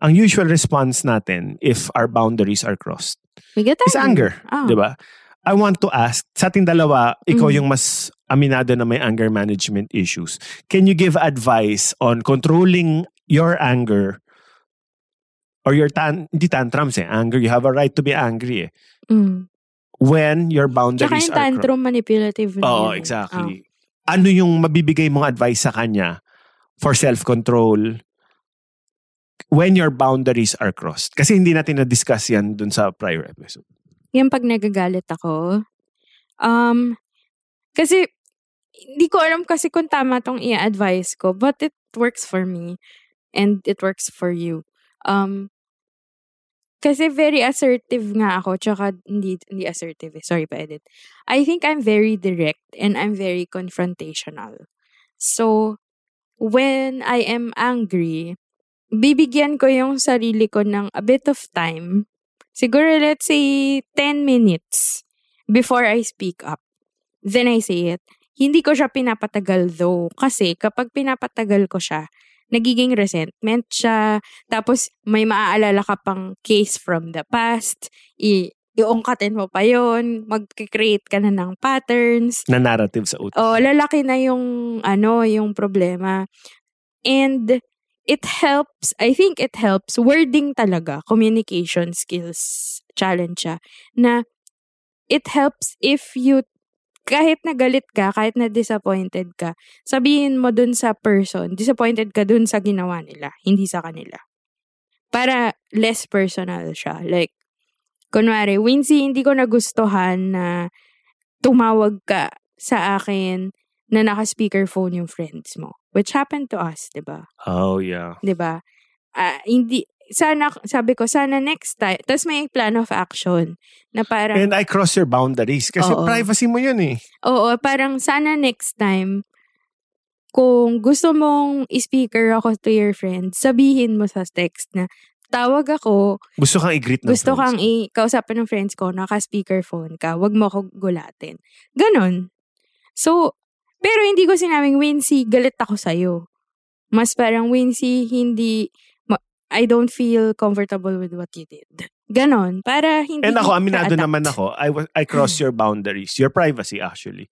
ang usual response natin if our boundaries are crossed
Bigat
is
tayo.
anger,
Ah.
'di ba? I want to ask sa ating dalawa, ikaw
Mm.
yung mas aminado na may anger management issues. Can you give advice on controlling your anger or your tan hindi tantrums eh, anger. You have a right to be angry eh.
Mm.
When your
Tsaka
boundaries
yung
are crossed.
tantrum manipulative na
Oo,
yun eh. Ah.
exactly. Ano yung mabibigay mong advice sa kanya for self-control when your boundaries are crossed? Kasi hindi natin na-discuss yan dun sa prior episode.
Yung pag nagagalit ako, um, kasi, hindi ko alam kasi kung tama tong i-advise ko, but it works for me. And it works for you. Um, kasi very assertive nga ako, tsaka hindi, hindi assertive eh. Sorry pa, edit. I think I'm very direct and I'm very confrontational. So, when I am angry, bibigyan ko yung sarili ko ng a bit of time. Siguro, let's say, 10 minutes before I speak up. Then I say it. Hindi ko siya pinapatagal though. Kasi kapag pinapatagal ko siya, nagiging resentment siya. Tapos, may maaalala ka pang case from the past. I iungkatin mo pa yon Mag-create ka na ng patterns.
Na narrative sa utak.
Oh, lalaki na yung ano, yung problema. And it helps, I think it helps wording talaga, communication skills challenge siya na it helps if you kahit nagalit ka, kahit na disappointed ka, sabihin mo dun sa person, disappointed ka dun sa ginawa nila, hindi sa kanila. Para less personal siya. Like, kunwari, Wincy, hindi ko nagustuhan na tumawag ka sa akin na naka-speakerphone yung friends mo. Which happened to us, di ba?
Oh, yeah.
Di ba? Ah, hindi, sana, sabi ko, sana next time. Tapos may plan of action na parang,
And I cross your boundaries kasi
Oo.
privacy mo yun eh.
oo, parang sana next time, kung gusto mong speaker ako to your friend, sabihin mo sa text na, tawag ako,
Gusto kang i-greet ng
gusto kang
friends.
i-kausapin ng friends ko, naka-speakerphone ka, wag mo ako gulatin. Ganon. So, pero hindi ko sinabing, Wincy, galit ako sa'yo. Mas parang, Wincy, hindi, ma- I don't feel comfortable with what you did. Ganon. Para hindi
And ako,
ka
Eh, aminado
attacked.
naman ako. I, was, I cross your boundaries. Your privacy, actually.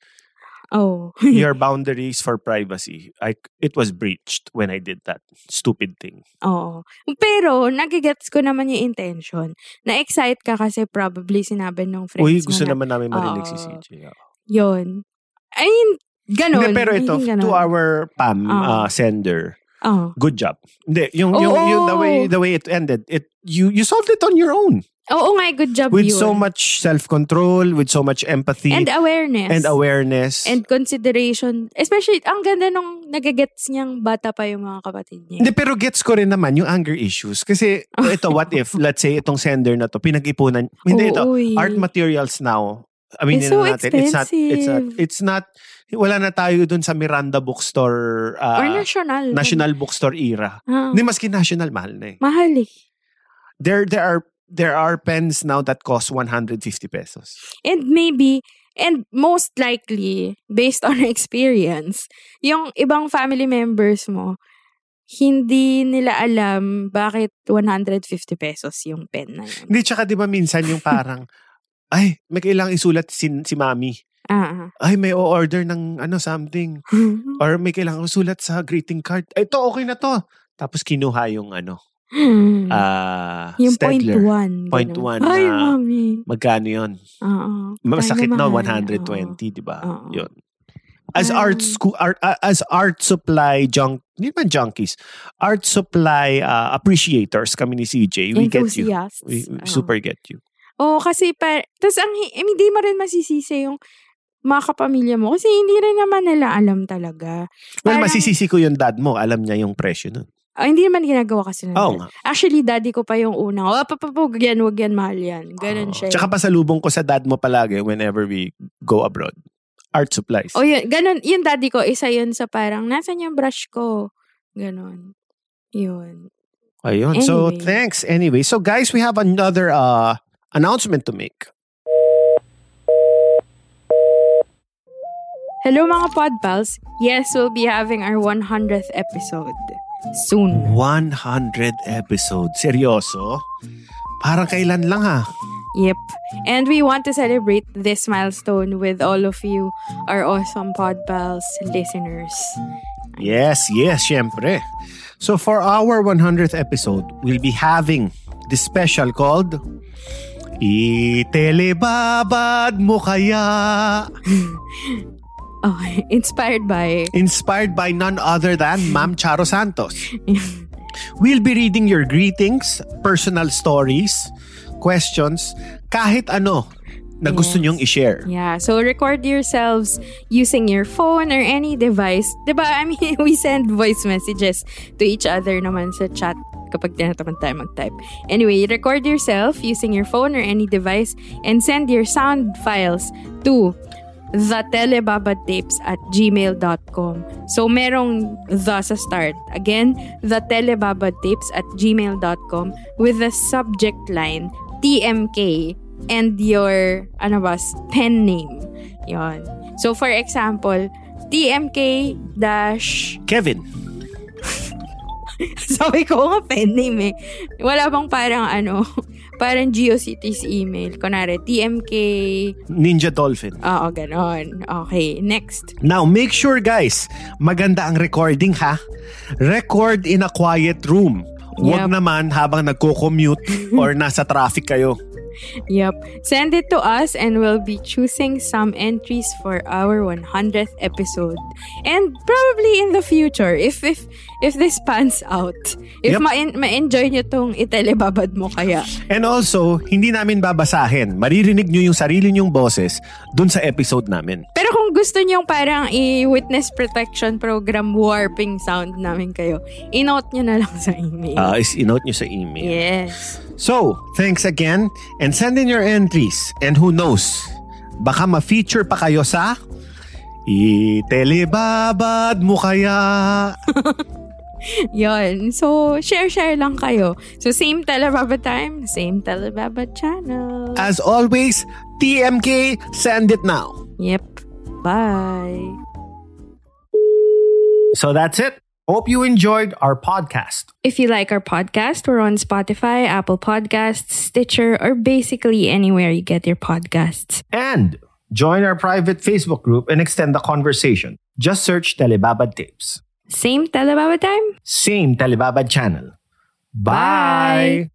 Oh.
Your boundaries for privacy. I, it was breached when I did that stupid thing.
Oo. Pero, nagigets ko naman yung intention. Na-excite ka kasi probably sinabi ng friends
Uy,
mo
gusto
na,
naman namin marinig si
Oo. Ano,
CJ. Oo.
Yun. I mean, ganon.
Hindi, pero
I
ito,
think ganon.
to our Pam
Ah.
uh, sender,
Oo.
good job. Hindi, yung, yung,
Oo.
yung- the way the way it ended, it you you solved it on your own
Oo nga, eh, good job
with
yun.
so much self control, with so much empathy
And awareness.
and awareness.
And consideration. Especially, ang ganda nung nagagets niyang bata pa yung mga kapatid niya.
Hindi, pero gets ko rin naman yung anger issues. Kasi ito, what if, let's say, itong sender na to, pinag-ipunan. Hindi, ito,
Oo, eh.
art materials now. I mean,
It's so
natin, it's not, it's not,
expensive.
it's not, wala na tayo dun sa Miranda Bookstore,
Or
uh,
national.
National Bookstore era.
Ah,
Hindi, maski national, mahal na eh.
mahal eh.
there there are there are pens now that cost 150 pesos.
And maybe, and most likely, based on experience, yung ibang family members mo, hindi nila alam bakit 150 pesos yung pen na yun.
Hindi, tsaka di ba minsan yung parang, ay, may kailangang isulat si, si mami.
Ah.
Ay, may o-order ng ano something. Or may kailangan ko sulat sa greeting card. Ito, okay na to. Tapos kinuha yung ano, ah,
Hmm. yung point
Staedtler.
one.
Point
ganun.
one ah.
Ay,
na-
mami.
Magkano yun?
Oo.
Masakit na
Tayo
120,
mahal, oo.
di ba?
Oo.
Yun. As
Ah.
art school art ah, as art supply junk, hindi man junkies. Art supply ah, appreciators kami ni CJ. We get you.
Enthusiasts.
We, we
Oo.
super get you.
Oo, kasi pa, tas ang, hi- I mean, di mo rin masisisi yung mga kapamilya mo. Kasi hindi rin naman nila alam talaga.
Well,
Parang-
masisisi ko yung dad mo. Alam niya yung presyo nun.
Ah, hindi naman ginagawa kasi nun.
Oo nga.
Actually, daddy ko pa yung unang, oh, papapag yan, wag yan, mahal yan. Ganon
Oo.
siya. eh.
Tsaka pasalubong ko sa dad mo palagi whenever we go abroad. Art supplies.
o yun, ganon, yung daddy ko, isa yun sa parang, nasan yung brush ko? Ganon. Yun.
Ayun. So,
Anyway.
thanks. Anyway, so guys, we have another uh, announcement to make.
Hello mga pod pals. Yes, we'll be having our 100th episode soon.
100 episodes. Seryoso? Parang kailan lang ha?
Yep. And we want to celebrate this milestone with all of you, our awesome pod pals listeners.
Yes, yes, syempre. So for our 100th episode, we'll be having this special called Itelebabad Mo Kaya
Oh, inspired by
Inspired by none other than Ma'am Charo Santos. We'll be reading your greetings, personal stories, questions, kahit ano na gusto
Yes.
nyong i-share.
Yeah, so record yourselves using your phone or any device. 'Di ba? I mean, we send voice messages to each other naman sa chat kapag tinatamad tayo mag-type. Anyway, record yourself using your phone or any device and send your sound files to thelebabadtapes at gmail.com. So, merong the sa start. Again, thelebabadtapes at gmail.com with the subject line TMK and your ano ba, pen name. Yon. So, for example, TMK dash
Kevin,
sabi ko nga pen name eh. Wala bang parang ano, parang GeoCities email. Kunwari, TMK,
Ninja Dolphin.
oo, ah, oh, ganon. Okay, next.
Now, make sure guys, maganda ang recording ha. Record in a quiet room. Huwag
Yep.
naman habang nagko-commute or nasa traffic kayo.
Yep. Send it to us and we'll be choosing some entries for our 100th episode. And probably in the future if if if this pans out. If
Yep.
ma- ma-enjoy nyo tong itelebabad mo kaya.
And also, hindi namin babasahin. Maririnig nyo yung sarili nyong boses dun sa episode namin.
Pero kung gusto nyo parang i-witness protection program warping sound namin kayo, inote nyo na lang sa email.
Ah, is inote nyo sa email.
yes.
So, thanks again and send in your entries. And who knows, baka ma-feature pa kayo sa Itelebabad mo kaya.
Yon. So, share-share lang kayo. So, same Telebaba time, same Telebaba channel.
As always, TMK, send it now.
yep. Bye.
So that's it. Hope you enjoyed our podcast.
If you like our podcast, we're on Spotify, Apple Podcasts, Stitcher, or basically anywhere you get your podcasts.
And join our private Facebook group and extend the conversation. Just search Telebabad Tapes.
Same Telebaba time?
Same Telebabad channel. Bye.